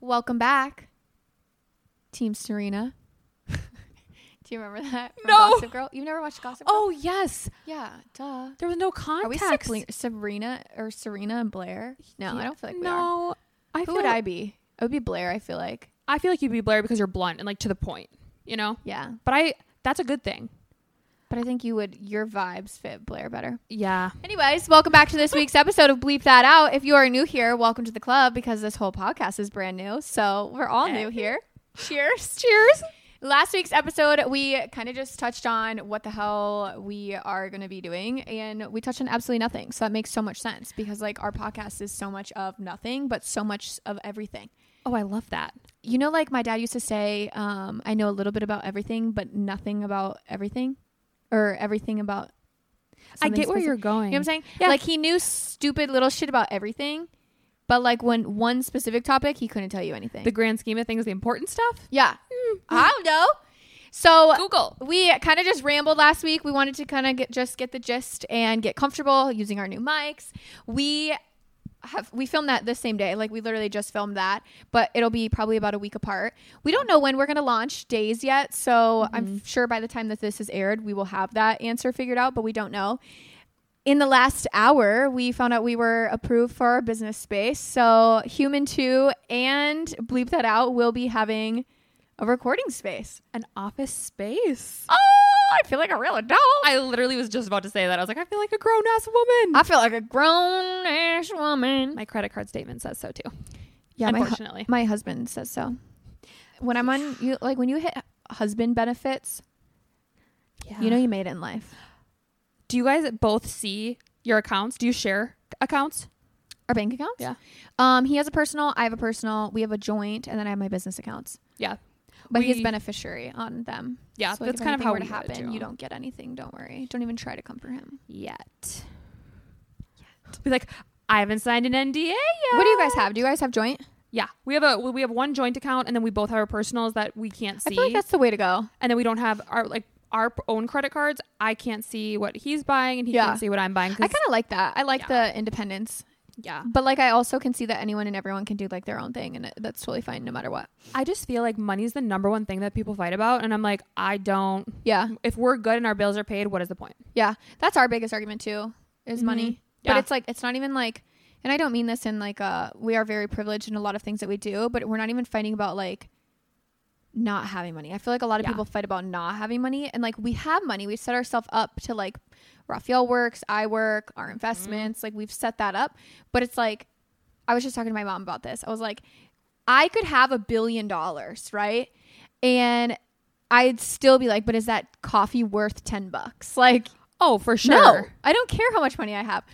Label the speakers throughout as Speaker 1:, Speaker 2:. Speaker 1: Welcome back, Team Serena. Do you remember that? from
Speaker 2: No.
Speaker 1: Gossip Girl. You've never watched Gossip Girl?
Speaker 2: Oh yes,
Speaker 1: yeah, duh.
Speaker 2: there was no
Speaker 1: Are we
Speaker 2: context.
Speaker 1: sibling- Sabrina or Serena and Blair? No, I don't feel like we are.
Speaker 2: no. I
Speaker 1: Who
Speaker 2: feel
Speaker 1: would
Speaker 2: like,
Speaker 1: I be? I would be Blair. I feel like.
Speaker 2: I feel like you'd be Blair because you're blunt and like to the point, you know.
Speaker 1: Yeah,
Speaker 2: But I that's a good thing.
Speaker 1: but I think you would. Your vibes fit Blair better.
Speaker 2: Yeah.
Speaker 1: Anyways, welcome back to this week's episode of Bleep That Out. If you are new here, welcome to the club because this whole podcast is brand new. So we're all new here. Cheers. Cheers. Last week's episode, we kind of just touched on what the hell we are going to be doing, and we touched on absolutely nothing. So that makes so much sense because, like, our podcast is so much of nothing, but so much of everything.
Speaker 2: Oh, I love that.
Speaker 1: You know, like my dad used to say, um, I know a little bit about everything, but nothing about everything, or everything about.
Speaker 2: I
Speaker 1: something
Speaker 2: get where
Speaker 1: specific.
Speaker 2: you're going.
Speaker 1: You know what I'm saying?
Speaker 2: Yeah.
Speaker 1: Like he knew stupid little shit about everything, but like when one specific topic, he couldn't tell you anything.
Speaker 2: The grand scheme of things, the important stuff.
Speaker 1: yeah. I don't know. So
Speaker 2: Google.
Speaker 1: we kind of just rambled last week. We wanted to kind of get just get the gist and get comfortable using our new mics. We have we filmed that the same day. Like we literally just filmed that, but it'll be probably about a week apart. We don't know when we're going to launch days yet, so I'm sure by the time that this is aired, we will have that answer figured out, but we don't know. In the last hour, we found out we were approved for our business space. So, Human 2 and Bleep That Out will be having a recording space.
Speaker 2: An office space.
Speaker 1: Oh, I feel like a real adult.
Speaker 2: I literally was just about to say that. I was like, I feel like a grown ass woman.
Speaker 1: I feel like a grown ass woman.
Speaker 2: my credit card statement says so too.
Speaker 1: Yeah, my, hu-
Speaker 2: unfortunately.
Speaker 1: my husband says so. When I'm on you, like when you hit husband benefits,
Speaker 2: yeah.
Speaker 1: you know you made it in life.
Speaker 2: do you guys both see your accounts? Do you share accounts?
Speaker 1: Our bank accounts.
Speaker 2: Yeah.
Speaker 1: Um, he has a personal. I have a personal. We have a joint, and then I have my business accounts.
Speaker 2: Yeah.
Speaker 1: But he's
Speaker 2: We-
Speaker 1: beneficiary on them.
Speaker 2: Yeah,
Speaker 1: like,
Speaker 2: that's
Speaker 1: if
Speaker 2: kind of
Speaker 1: anything
Speaker 2: how
Speaker 1: were to
Speaker 2: we do it,
Speaker 1: happen.
Speaker 2: too.
Speaker 1: You don't get anything. Don't worry. Don't even try to come for him.
Speaker 2: Yet. Yet. Be like, I haven't signed an NDA yet.
Speaker 1: What do you guys have? Do you guys have joint?
Speaker 2: Yeah, we have a we have one joint account, and then we both have our personals that we can't
Speaker 1: I
Speaker 2: see,
Speaker 1: feel like that's the way to go.
Speaker 2: and then we don't have our like our own credit cards. I can't see what he's buying, and he
Speaker 1: Yeah.
Speaker 2: can't see what I'm buying. 'cause-
Speaker 1: I kind of like that. I like
Speaker 2: Yeah.
Speaker 1: the independence.
Speaker 2: yeah,
Speaker 1: But like I also can see that anyone and everyone can do like their own thing and it- that's totally fine no matter what.
Speaker 2: I just feel like money's the number one thing that people fight about, and I'm like, I don't.
Speaker 1: Yeah.
Speaker 2: If we're good and our bills are paid, what is the point?
Speaker 1: Yeah. That's our biggest argument too is money.
Speaker 2: Mm-hmm. Yeah.
Speaker 1: But it's like it's not even like and I don't mean this in like uh we are very privileged in a lot of things that we do, but we're not even fighting about like not having money. I feel like a lot of
Speaker 2: Yeah.
Speaker 1: people fight about not having money and like we have money. We set ourselves up to like Raphael works, I work,
Speaker 2: Mm-hmm.
Speaker 1: our investments, like we've set that up. But it's like I was just talking to my mom about this. I was like, I could have a billion dollars, right? And I'd still be like, but is that coffee worth 10 bucks? Like,
Speaker 2: Oh, for sure.
Speaker 1: no, I don't care how much money I have.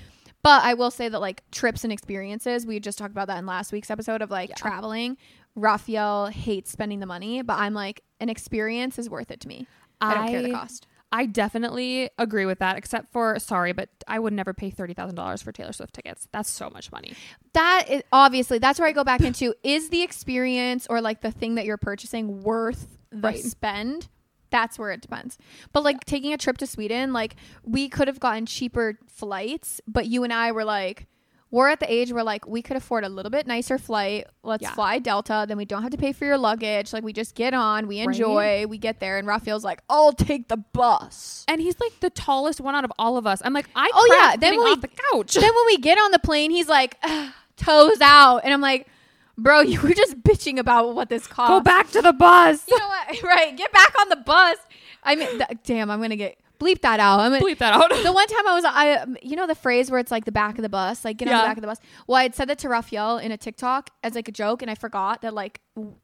Speaker 1: But I will say that like trips and experiences, we just talked about that in last week's episode of like traveling. Raphael hates spending the money, but I'm like, an experience is worth it to me. I, don't care the
Speaker 2: I-
Speaker 1: cost.
Speaker 2: I definitely agree with that. Except for sorry, but I would never pay thirty thousand dollars for Taylor Swift tickets. That's so much money.
Speaker 1: That is obviously that's where I go back into is the experience or like the thing that you're purchasing worth the
Speaker 2: Right.
Speaker 1: spend? That's where it depends. But like taking a trip to Sweden, like we could have gotten cheaper flights, but you and I were like, we're at the age where like we could afford a little bit nicer flight. Let's
Speaker 2: Yeah.
Speaker 1: fly Delta, then we don't have to pay for your luggage. Like we just get on, we enjoy, we get there, and Raphael's like, I'll take the bus.
Speaker 2: And he's like the tallest one out of all of us. I'm like, I
Speaker 1: Oh, yeah,
Speaker 2: cracked
Speaker 1: then
Speaker 2: getting
Speaker 1: we-
Speaker 2: off the couch.
Speaker 1: then when we get on the plane, he's like, "Ugh, toes out. And I'm like, bro, you were just bitching about what this cost.
Speaker 2: Go back to the bus.
Speaker 1: You know what? right. Get back on the bus. I mean, th- damn, I'm going to get, bleep that out. I'm gonna,
Speaker 2: Bleep that out.
Speaker 1: the one time I was, I, um, you know, the phrase where it's like the back of the bus, like get on
Speaker 2: Yeah.
Speaker 1: the back of the bus. Well, I had said that to Raphael in a TikTok as like a joke, and I forgot that like w-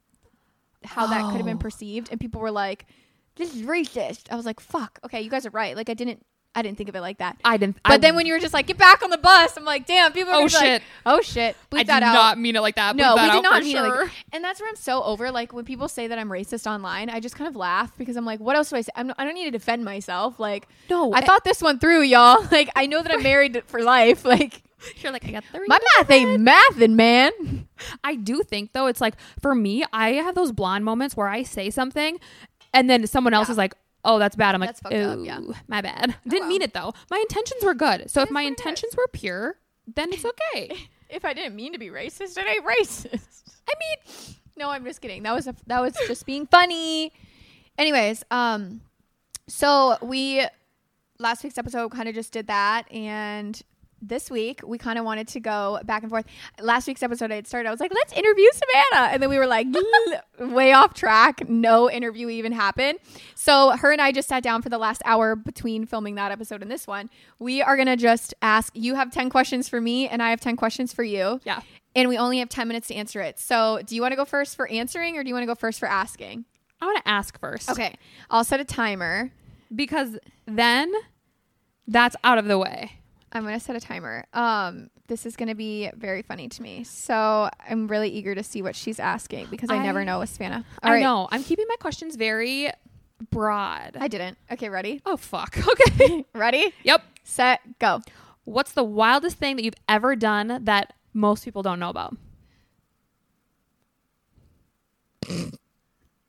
Speaker 1: how that could have been
Speaker 2: Oh.
Speaker 1: perceived, and people were like, "This is racist." I was like, "Fuck, okay, you guys are right." Like I didn't, I didn't think of it like that.
Speaker 2: I didn't.
Speaker 1: But
Speaker 2: I,
Speaker 1: then when you were just like, get back on the bus, I'm like, damn, people are gonna
Speaker 2: Oh,
Speaker 1: be like,
Speaker 2: shit.
Speaker 1: oh shit, bleep
Speaker 2: I did
Speaker 1: that out.
Speaker 2: not mean it like that.
Speaker 1: no,
Speaker 2: Bleep that
Speaker 1: we
Speaker 2: out
Speaker 1: did not
Speaker 2: for
Speaker 1: mean it
Speaker 2: sure.
Speaker 1: like- and that's where I'm so over. Like when people say that I'm racist online, I just kind of laugh because I'm like, what else do I say? I'm, I don't need to defend myself. Like,
Speaker 2: No, eh
Speaker 1: I
Speaker 2: I-
Speaker 1: thought this one through, y'all. Like, I know that I'm married for life. Like,
Speaker 2: You're like, I got three.
Speaker 1: my math ain't mathin', man.
Speaker 2: I do think though, it's like for me, I have those blonde moments where I say something, and then someone else
Speaker 1: Yeah.
Speaker 2: is like, "Oh, that's bad." I'm like,
Speaker 1: That's fucked up,
Speaker 2: "Ooh,
Speaker 1: yeah. Oh,
Speaker 2: my bad." Didn't
Speaker 1: well.
Speaker 2: mean it though. My intentions were good. So if
Speaker 1: is
Speaker 2: my
Speaker 1: what it
Speaker 2: intentions were pure, then it's okay.
Speaker 1: If I didn't mean to be racist, it ain't racist.
Speaker 2: I mean,
Speaker 1: No, I'm just kidding. That was a, that was just being funny. Anyways, um, so we last week's episode kind of just did that, and this week we kind of wanted to go back and forth. Last week's episode I had started. I was like, let's interview Savannah, and then we were like, way off track. No interview even happened. So her and I just sat down for the last hour between filming that episode and this one. We are gonna just ask. You have ten questions for me, and I have ten questions for you
Speaker 2: Yeah.
Speaker 1: and we only have 10 minutes to answer it. So, do you want to go first for answering or do you want to go first for asking?
Speaker 2: I want to ask first.
Speaker 1: Okay, I'll set a timer.
Speaker 2: Because then that's out of the way.
Speaker 1: I'm going to set a timer. Um, this is going to be very funny to me. So, I'm really eager to see what she's asking because I,
Speaker 2: I-
Speaker 1: never know with Savannah. All
Speaker 2: I
Speaker 1: right.
Speaker 2: know. I'm keeping my questions very broad.
Speaker 1: I didn't. Okay, ready?
Speaker 2: oh, fuck. Okay.
Speaker 1: Ready?
Speaker 2: yep.
Speaker 1: Set, go.
Speaker 2: What's the wildest thing that you've ever done that most people don't know about?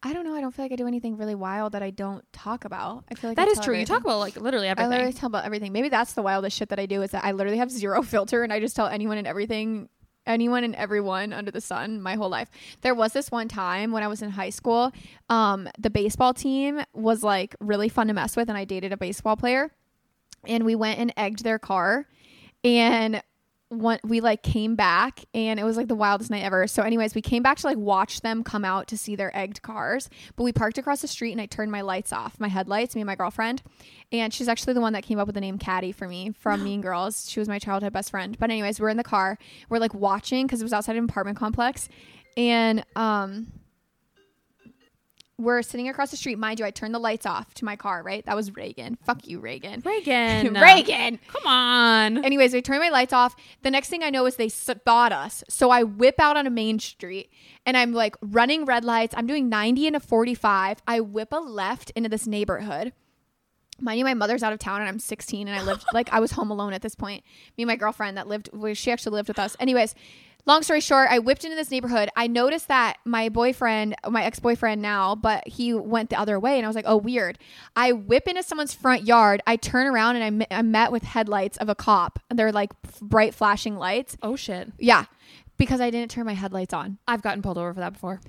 Speaker 1: I don't know. I don't feel like I do anything really wild that I don't talk about. I feel like
Speaker 2: That
Speaker 1: I
Speaker 2: is
Speaker 1: tell
Speaker 2: true. You
Speaker 1: everything.
Speaker 2: talk about like literally
Speaker 1: I
Speaker 2: everything.
Speaker 1: literally tell about everything. Maybe that's the wildest shit that I do is that I literally have zero filter and I just tell anyone and everything, anyone and everyone under the sun my whole life. There was this one time when I was in high school, um, the baseball team was like really fun to mess with, and I dated a baseball player, and we went and egged their car, and one, we like came back and it was like the wildest night ever. So, anyways, we came back to like watch them come out to see their egged cars, but we parked across the street and I turned my lights off, my headlights, me and my girlfriend. And she's actually the one that came up with the name Caddy for me from Mean Girls. She was my childhood best friend. But, anyways, we're in the car, we're like watching because it was outside an apartment complex. And, um, we're sitting across the street. Mind you, I turned the lights off to my car, right? That was Reagan. Fuck you, Reagan.
Speaker 2: Reagan.
Speaker 1: Reagan.
Speaker 2: Come on.
Speaker 1: Anyways, I turn my lights off. The next thing I know is they spot us. So I whip out on a main street and I'm like running red lights. I'm doing 90 and a 45. I whip a left into this neighborhood. Mind you, my mother's out of town and I'm 16 and I lived like I was home alone at this point. Me and my girlfriend that lived, well, she actually lived with us. Anyways, long story short, I whipped into this neighborhood. I noticed that my boyfriend, my ex boyfriend now, but he went the other way and I was like, oh, weird. I whip into someone's front yard. I turn around and I me- I'm met with headlights of a cop. They're like f- bright flashing lights.
Speaker 2: Oh shit.
Speaker 1: Yeah, because I didn't turn my headlights on.
Speaker 2: I've gotten pulled over for that before.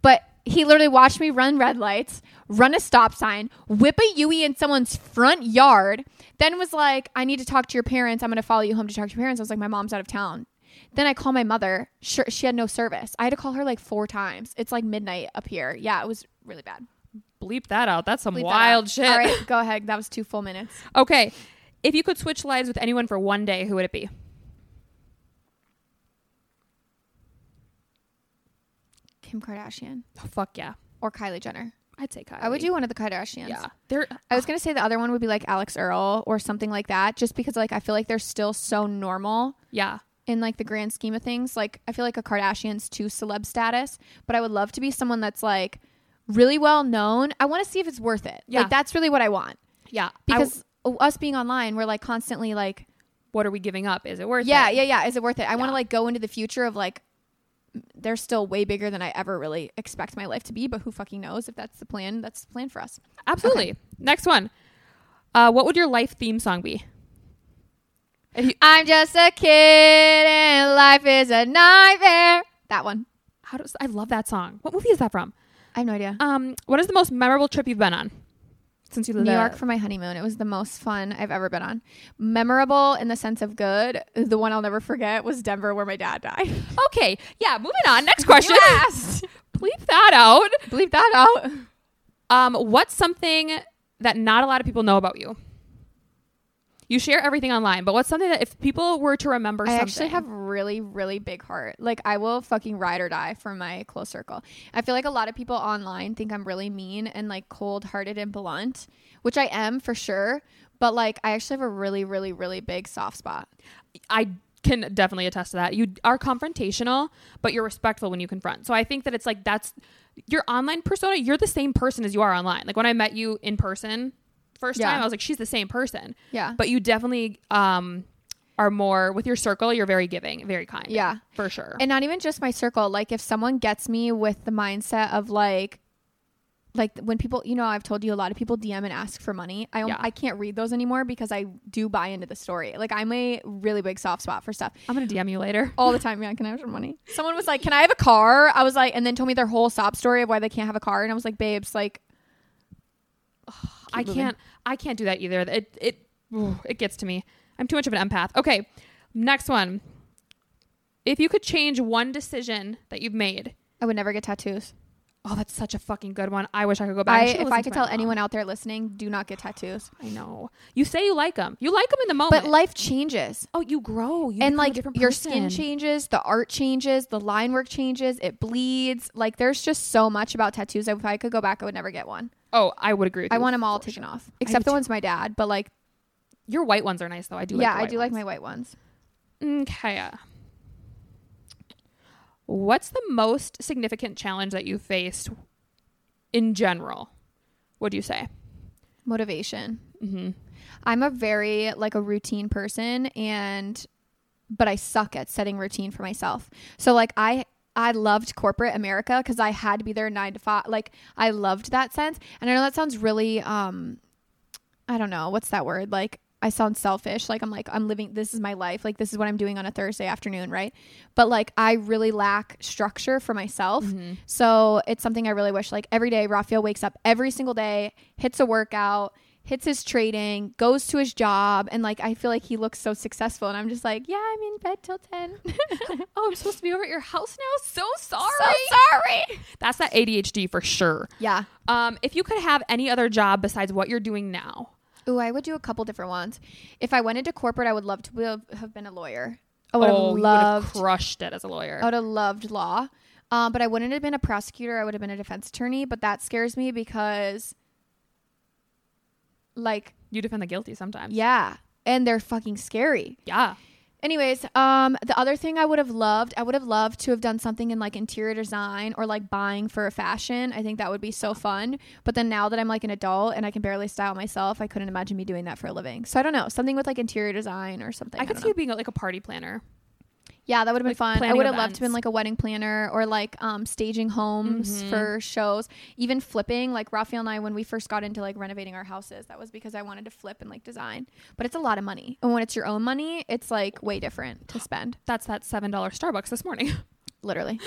Speaker 1: But he literally watched me run red lights, run a stop sign, whip a Yui in someone's front yard, then was like, I need to talk to your parents. I'm going to follow you home to talk to your parents. I was like, my mom's out of town. Then I call my mother. Sure, she had no service. I had to call her like four times. It's like midnight up here. Yeah, it was really bad.
Speaker 2: Bleep that out. That's some
Speaker 1: Bleep that
Speaker 2: wild
Speaker 1: out.
Speaker 2: shit.
Speaker 1: All right, go ahead. That was two full minutes.
Speaker 2: Okay. If you could switch lives with anyone for one day, who would it be?
Speaker 1: Kim Kardashian
Speaker 2: Oh, fuck yeah.
Speaker 1: or Kylie Jenner.
Speaker 2: I'd say Kylie.
Speaker 1: I would do one of the Kardashians.
Speaker 2: Yeah. They're
Speaker 1: I was gonna say the other one would be like Alex Earl or something like that, just because like I feel like they're still so normal
Speaker 2: yeah.
Speaker 1: in like the grand scheme of things. Like I feel like a Kardashian's too celeb status, but I would love to be someone that's like really well known. I want to see if it's worth it.
Speaker 2: Yeah.
Speaker 1: Like that's really what I want
Speaker 2: Yeah. Because
Speaker 1: because us being online, we're like constantly like,
Speaker 2: what are we giving up? Is it worth
Speaker 1: yeah,
Speaker 2: it?
Speaker 1: yeah, yeah. Is it worth it? I want
Speaker 2: Yeah.
Speaker 1: to like go into the future of like they're still way bigger than I ever really expect my life to be, but who fucking knows if that's the plan? That's the plan for us.
Speaker 2: Absolutely. Next one. Uh, what would your life theme song be?
Speaker 1: I'm just a kid and life is a nightmare. That one.
Speaker 2: How does I love that song? What movie is that from?
Speaker 1: I have no idea.
Speaker 2: Um, what is the most memorable trip you've been on since you lived
Speaker 1: New
Speaker 2: in
Speaker 1: York for my honeymoon. It was the most fun I've ever been on. Memorable in the sense of good. The one I'll never forget was Denver, where my dad died.
Speaker 2: Okay, yeah. Moving on. Next question.
Speaker 1: asked.
Speaker 2: Bleep that out.
Speaker 1: Bleep that out.
Speaker 2: Um, what's something that not a lot of people know about you? You share everything online, but what's something that if people were to remember
Speaker 1: I
Speaker 2: something?
Speaker 1: actually have really, really big heart. Like I will fucking ride or die for my close circle. I feel like a lot of people online think I'm really mean and like cold hearted and blunt, which I am for sure. But like I actually have a really, really, really big soft spot.
Speaker 2: I can definitely attest to that. You are confrontational, but you're respectful when you confront. So I think that it's like that's your online persona. You're the same person as you are online. Like when I met you in person first
Speaker 1: Yeah.
Speaker 2: time, I was like, she's the same person.
Speaker 1: Yeah.
Speaker 2: But you definitely um are more with your circle. You're very giving, very kind.
Speaker 1: Yeah.
Speaker 2: for sure.
Speaker 1: And not even just my circle. Like if someone gets me with the mindset of like like when people, you know, I've told you a lot of people DM and ask for money. I
Speaker 2: Yeah.
Speaker 1: I can't read those anymore because I do buy into the story. Like I'm a really big soft spot for stuff
Speaker 2: I'm gonna DM you later.
Speaker 1: all the time. Yeah, can I have some money? Someone was like, "Can I have a car?" I was like, and then told me their whole sob story of why they can't have a car, and I was like, "Babes, like
Speaker 2: I
Speaker 1: moving.
Speaker 2: can't. I can't do that either. It it ooh, it gets to me. I'm too much of an empath. Okay, next one. If you could change one decision that you've made,
Speaker 1: I would never get tattoos."
Speaker 2: oh, that's such a fucking good one. I wish I could go back.
Speaker 1: I,
Speaker 2: should've
Speaker 1: if
Speaker 2: listened
Speaker 1: I
Speaker 2: to
Speaker 1: could
Speaker 2: my
Speaker 1: tell
Speaker 2: mom. Oh
Speaker 1: anyone out there listening, do not get tattoos.
Speaker 2: I know you say you like them. You like them in the moment,
Speaker 1: But life changes.
Speaker 2: oh, you grow. You become
Speaker 1: and
Speaker 2: a
Speaker 1: like
Speaker 2: different
Speaker 1: your skin
Speaker 2: person.
Speaker 1: changes, the art changes, the line work changes, it bleeds. Like there's just so much about tattoos. If I could go back, I would never get one.
Speaker 2: Oh, I would agree. With
Speaker 1: I
Speaker 2: you
Speaker 1: want them all
Speaker 2: for
Speaker 1: taken
Speaker 2: sure.
Speaker 1: off, except
Speaker 2: do
Speaker 1: the ones my dad. But like,
Speaker 2: Your white ones are nice though. I do.
Speaker 1: yeah,
Speaker 2: like the
Speaker 1: I do
Speaker 2: white
Speaker 1: like
Speaker 2: ones.
Speaker 1: my white ones.
Speaker 2: Okay. What's the most significant challenge that you faced in general? What do you say?
Speaker 1: Motivation.
Speaker 2: Mm-hmm.
Speaker 1: I'm a very like a routine person, and but I suck at setting routine for myself. So like I. I loved corporate America because I had to be there nine to five. Like I loved that sense, and I know that sounds really um, I don't know what's that word like I sound selfish like I'm like I'm living this is my life like this is what I'm doing on a Thursday afternoon right but like I really lack structure for myself so it's something I really wish like every day Raphael wakes up every single day hits a workout hits his trading goes to his job and like I feel like he looks so successful and I'm just like yeah I'm in bed till 10
Speaker 2: Oh, I'm supposed to be over at your house now? So sorry.
Speaker 1: So sorry
Speaker 2: That's that ADHD for sure.
Speaker 1: yeah
Speaker 2: Um, if you could have any other job besides what you're doing now,
Speaker 1: Ooh, I would do a couple different ones. If I went into corporate, I would love to have- have been a lawyer. I would
Speaker 2: oh,
Speaker 1: have
Speaker 2: you would
Speaker 1: loved.
Speaker 2: have crushed it as a lawyer.
Speaker 1: I would have loved law, um, but I wouldn't have been a prosecutor. I would have been a defense attorney. But that scares me because, like,
Speaker 2: You defend the guilty sometimes.
Speaker 1: yeah, and they're fucking scary.
Speaker 2: Yeah.
Speaker 1: Anyways, um, the other thing I would have loved, I would have loved to have done something in like interior design or like buying for a fashion. I think that would be so fun. But then now that I'm like an adult and I can barely style myself, I couldn't imagine me doing that for a living. So I don't know, something with like interior design or something.
Speaker 2: I could see you being like a party planner.
Speaker 1: Yeah, that would have been
Speaker 2: like,
Speaker 1: fun. I
Speaker 2: planning
Speaker 1: would have loved
Speaker 2: events. Mm-hmm.
Speaker 1: to been like a wedding planner or like um, staging homes for shows, even flipping. Like Raphael and I, when we first got into like renovating our houses, that was because I wanted to flip and like design. But it's a lot of money, and when it's your own money, it's like way different to spend.
Speaker 2: That's that $7 Starbucks this morning.
Speaker 1: Literally.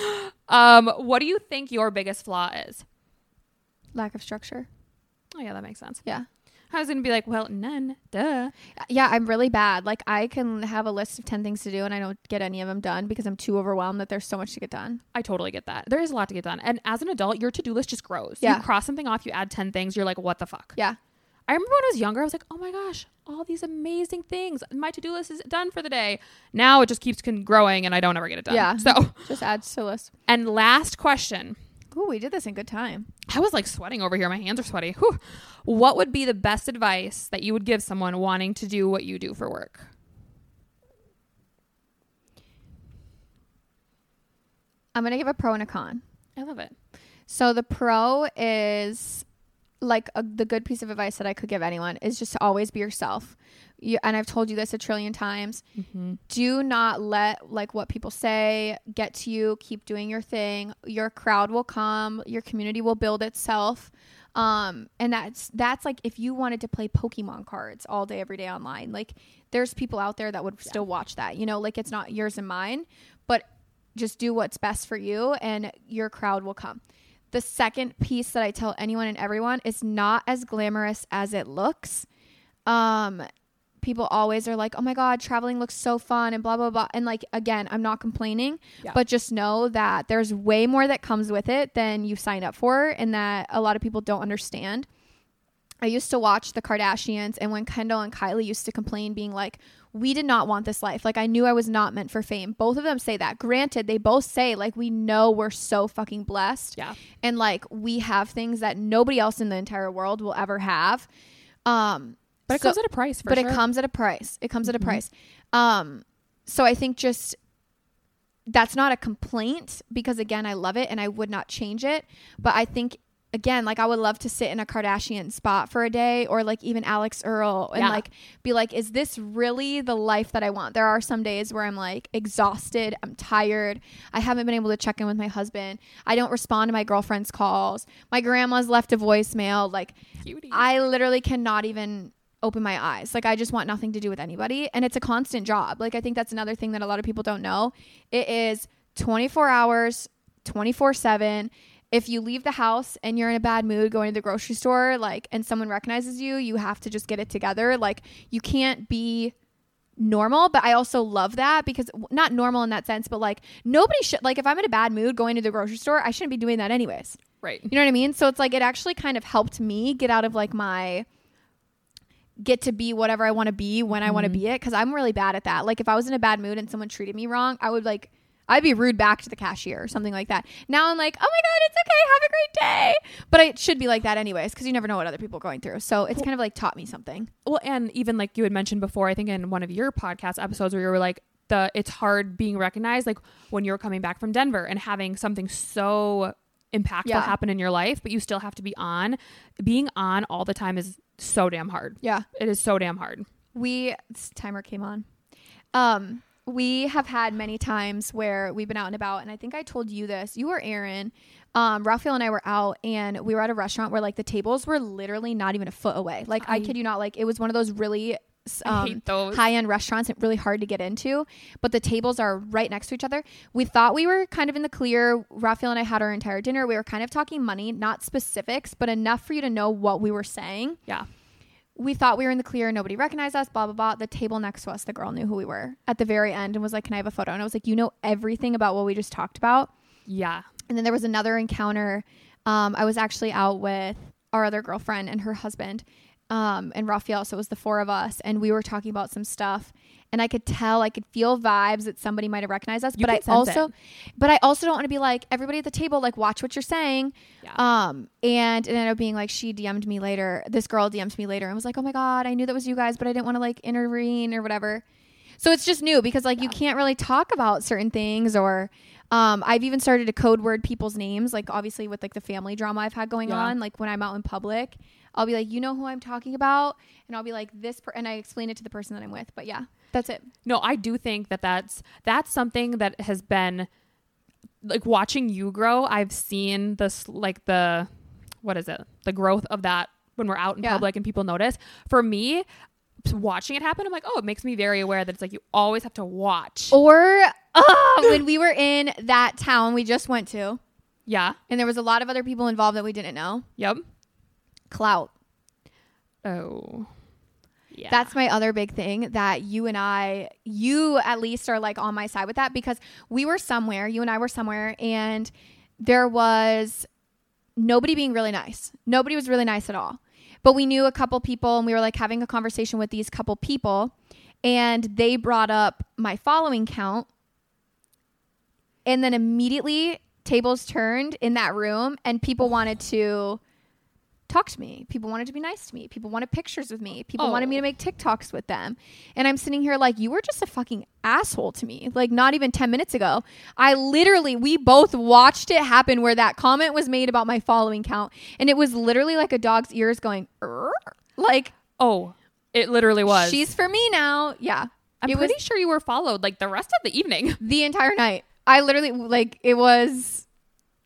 Speaker 2: Um, what do you think your biggest flaw is?
Speaker 1: lack of structure
Speaker 2: Oh, yeah, that makes sense.
Speaker 1: yeah
Speaker 2: I was going to be like, well, none. Duh.
Speaker 1: yeah i'm really bad like i can have a list of 10 things to do and i don't get any of them done because i'm too overwhelmed that there's so much to get done
Speaker 2: I totally get that. There is a lot to get done. And as an adult, your to do list just grows.
Speaker 1: Yeah.
Speaker 2: You cross something off, you add 10 things, you're like, what the fuck?
Speaker 1: yeah
Speaker 2: I remember when I was younger, I was like, oh my gosh, all these amazing things. My to do list is done for the day. Now it just keeps con- growing and I don't ever get it done.
Speaker 1: Yeah.
Speaker 2: So,
Speaker 1: just add to the list
Speaker 2: and last question.
Speaker 1: Ooh, we did this in good time
Speaker 2: I was like sweating over here. My hands are sweaty. Whew. What would be the best advice that you would give someone wanting to do what you do for work?
Speaker 1: i'm gonna give a pro and a con
Speaker 2: I love it.
Speaker 1: so the pro is like a, the good piece of advice that i could give anyone is just to always be yourself you, and i've told you this a trillion times
Speaker 2: Mm-hmm.
Speaker 1: do not let like what people say get to you keep doing your thing your crowd will come your community will build itself um and that's that's like if you wanted to play pokemon cards all day every day online like there's people out there that would still watch that you know like it's not yours and mine but just do what's best for you and your crowd will come the second piece that i tell anyone and everyone is not as glamorous as it looks um people always are like oh my god traveling looks so fun and blah blah blah and like again i'm not complaining
Speaker 2: Yeah.
Speaker 1: but just know that there's way more that comes with it than you sign up for and that a lot of people don't understand I used to watch the Kardashians, and when Kendall and Kylie used to complain, being like, We did not want this life. Like, I knew I was not meant for fame. Both of them say that. Granted, they both say, like, we know we're so fucking blessed.
Speaker 2: Yeah.
Speaker 1: And, like, we have things that nobody else in the entire world will ever have. Um,
Speaker 2: But it
Speaker 1: so-
Speaker 2: comes at a price for
Speaker 1: but
Speaker 2: sure. Mm-hmm.
Speaker 1: it comes at a price. It comes at a price. Um, so I think just that's not a complaint because again, I love it and I would not change it. But I think again, like I would love to sit in a Kardashian spot for a day or like even Alex Earl and
Speaker 2: Yeah.
Speaker 1: like be like, is this really the life that I want? There are some days where I'm like exhausted, I'm tired, I haven't been able to check in with my husband, I don't respond to my girlfriend's calls, my grandma's left a voicemail. Like,
Speaker 2: Cutie.
Speaker 1: I literally cannot even open my eyes. Like I just want nothing to do with anybody and it's a constant job. Like I think that's another thing that a lot of people don't know. It is 24 hours, 24/7. If you leave the house and you're in a bad mood going to the grocery store like and someone recognizes you, you have to just get it together. Like you can't be normal but i also love that because not normal in that sense but like nobody should like if i'm in a bad mood going to the grocery store i shouldn't be doing that anyways
Speaker 2: right.
Speaker 1: you know what I mean? So it's like it actually kind of helped me get out of like my get to be whatever I want to be when I want to be it cuz I'm really bad at that. Like if I was in a bad mood and someone treated me wrong, I would like I'd be rude back to the cashier or something like that. Now I'm like, "Oh my god, it's okay. Have a great day." But I should be like that anyways cuz you never know what other people are going through. So it's kind of like taught me something.
Speaker 2: Well, and even like you had mentioned before, I think in one of your podcast episodes where you were like, the it's hard being recognized, like when you're coming back from Denver and having something so impactful
Speaker 1: Yeah.
Speaker 2: happen in your life, but you still have to be on. Being on all the time is so damn hard.
Speaker 1: Yeah.
Speaker 2: It is so damn hard.
Speaker 1: we this timer came on um we have had many times where we've been out and about and i think i told you this you were aaron um raphael and i were out and we were at a restaurant where like the tables were literally not even a foot away like i,
Speaker 2: I-
Speaker 1: kid you not like it was one of those really s-
Speaker 2: I
Speaker 1: um,
Speaker 2: hate those.
Speaker 1: high end restaurants and really hard to get into, but the tables are right next to each other. We thought we were kind of in the clear. Raphael and I had our entire dinner. We were kind of talking money, not specifics, but enough for you to know what we were saying
Speaker 2: Yeah.
Speaker 1: we thought we were in the clear. Nobody recognized us, blah, blah, blah. The table next to us, the girl knew who we were at the very end and was like, Can I have a photo? And I was like, You know everything about what we just talked about.
Speaker 2: Yeah.
Speaker 1: And then there was another encounter. Um, I was actually out with our other girlfriend and her husband um, and Raphael. So it was the four of us. And we were talking about some stuff. And I could tell, I could feel vibes that somebody might have recognized us.
Speaker 2: You
Speaker 1: but I
Speaker 2: can sense
Speaker 1: also,
Speaker 2: it.
Speaker 1: but I also don't want to be like everybody at the table, like watch what you're saying.
Speaker 2: Yeah.
Speaker 1: Um, and it ended up being like she DM'd me later. This girl DM'd me later and was like, "Oh my god, I knew that was you guys, but I didn't want to like intervene or whatever." So it's just new because like you can't really talk about certain things or um, I've even started to code word people's names, like obviously with like the family drama I've had going
Speaker 2: Yeah.
Speaker 1: on. Like when I'm out in public, I'll be like, "You know who I'm talking about," and I'll be like, "This," per-, and I explain it to the person that I'm with. But yeah, that's it.
Speaker 2: No, I do think that that's that's something that has been like watching you grow. I've seen this like the what is it? The growth of that when we're out in
Speaker 1: Yeah.
Speaker 2: public and people notice. For me, watching it happen, I'm like, "Oh, it makes me very aware that it's like you always have to watch."
Speaker 1: Or uh, when we were in that town we just went to,
Speaker 2: Yeah.
Speaker 1: and there was a lot of other people involved that we didn't know.
Speaker 2: Yep.
Speaker 1: Clout.
Speaker 2: Oh. Yeah.
Speaker 1: That's my other big thing that you and I, you at least are like on my side with that because we were somewhere, you and I were somewhere, and there was nobody being really nice. Nobody was really nice at all. But we knew a couple people and we were like having a conversation with these couple people, and they brought up my following count. And then immediately tables turned in that room and people wanted to talk to me. People wanted to be nice to me. People wanted pictures with me. People wanted me to
Speaker 2: Oh.
Speaker 1: make TikToks with them. And I'm sitting here like, you were just a fucking asshole to me. Like, not even 10 minutes ago. I literally, we both watched it happen where that comment was made about my following count. And it was literally like a dog's ears going, "Err." like,
Speaker 2: Oh, it literally was.
Speaker 1: she's for me now. Yeah.
Speaker 2: I'm
Speaker 1: it was
Speaker 2: pretty sure you were followed like the rest of the evening.
Speaker 1: the entire night. I literally, like, it was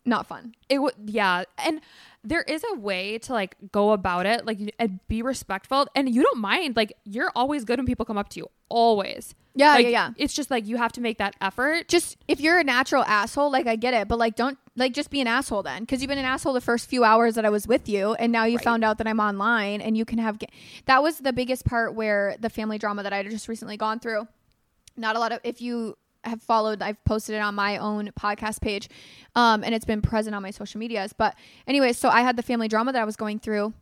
Speaker 1: not fun.
Speaker 2: it would yeah and there is a way to like go about it like you- and be respectful and you don't mind like you're always good when people come up to you always
Speaker 1: Yeah,
Speaker 2: Like,
Speaker 1: yeah, yeah.
Speaker 2: it's just like you have to make that effort
Speaker 1: just if you're a natural asshole, like I get it, but like don't like just be an asshole then, because you've been an asshole the first few hours that I was with you, and now you found out that I'm online and you can have. Ga- that was the biggest part where the family drama that I had just recently gone through. Not a lot of if you have followed, I've posted it on my own podcast page, um, and it's been present on my social medias. But anyway, so I had the family drama that I was going through.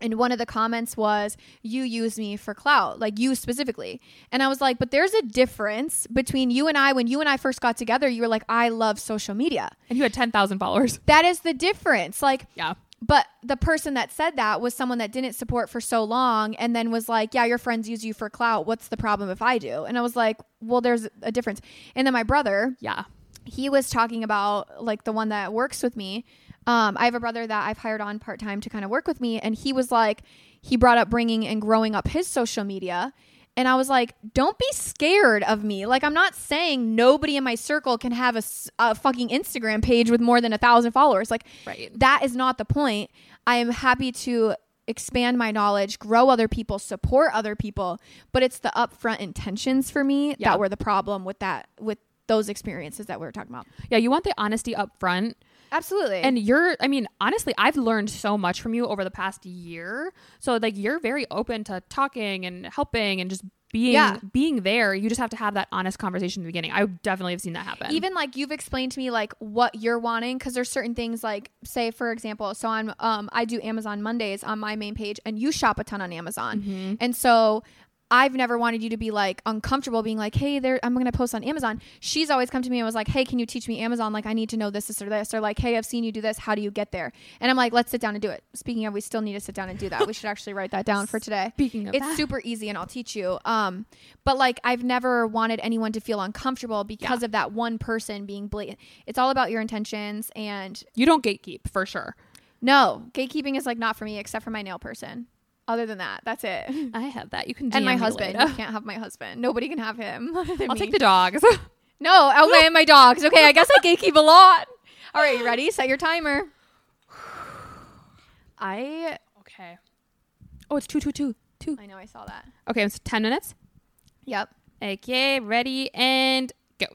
Speaker 1: And one of the comments was, You use me for clout, like you specifically. And I was like, But there's a difference between you and I. When you and I first got together, you were like, I love social media.
Speaker 2: and you had 10,000 followers
Speaker 1: That is the difference. Like,
Speaker 2: yeah
Speaker 1: but the person that said that was someone that didn't support for so long and then was like, Yeah, your friends use you for clout. What's the problem if I do? And I was like, Well, there's a difference. And then my brother,
Speaker 2: yeah
Speaker 1: he was talking about like the one that works with me um, I have a brother that I've hired on part time to kind of work with me, and he was like, he brought up bringing and growing up his social media. And I was like, don't be scared of me. Like, I'm not saying nobody in my circle can have a, s- a fucking Instagram page with more than a thousand followers. Like,
Speaker 2: Right.
Speaker 1: that is not the point. I am happy to expand my knowledge, grow other people, support other people, but it's the upfront intentions for me
Speaker 2: Yeah.
Speaker 1: that were the problem with that, with those experiences that we were talking about.
Speaker 2: Yeah, you want the honesty up front.
Speaker 1: Absolutely.
Speaker 2: And you're, I mean, honestly, I've learned so much from you over the past year. So like you're very open to talking and helping and just being
Speaker 1: Yeah.
Speaker 2: being there. You just have to have that honest conversation in the beginning. I definitely have seen that happen.
Speaker 1: even like you've explained to me like what you're wanting because there's certain things like say for example so on um i do amazon mondays on my main page and you shop a ton on amazon and so i've never wanted you to be like uncomfortable being like hey there i'm gonna post on amazon she's always come to me and was like hey can you teach me amazon like i need to know this this or this or like hey i've seen you do this how do you get there and i'm like let's sit down and do it speaking of we still need to sit down and do that we should actually write that down for today
Speaker 2: Speaking of
Speaker 1: it's
Speaker 2: that.
Speaker 1: super easy and i'll teach you um but like i've never wanted anyone to feel uncomfortable because of that one person being blatant it's all about your intentions and
Speaker 2: you don't gatekeep for sure.
Speaker 1: no gatekeeping is like not for me except for my nail person other than that that's it
Speaker 2: I have that. You can DM
Speaker 1: and my
Speaker 2: me
Speaker 1: husband
Speaker 2: later.
Speaker 1: you can't have my husband nobody can have him other than
Speaker 2: I'll
Speaker 1: me.
Speaker 2: take the dogs.
Speaker 1: no oh and my dogs okay i guess i gatekeep a lot all right you ready set your timer i
Speaker 2: okay. Oh, it's two, two, two, two.
Speaker 1: i know i saw that
Speaker 2: Okay, it's ten minutes.
Speaker 1: yep
Speaker 2: Okay, ready and go.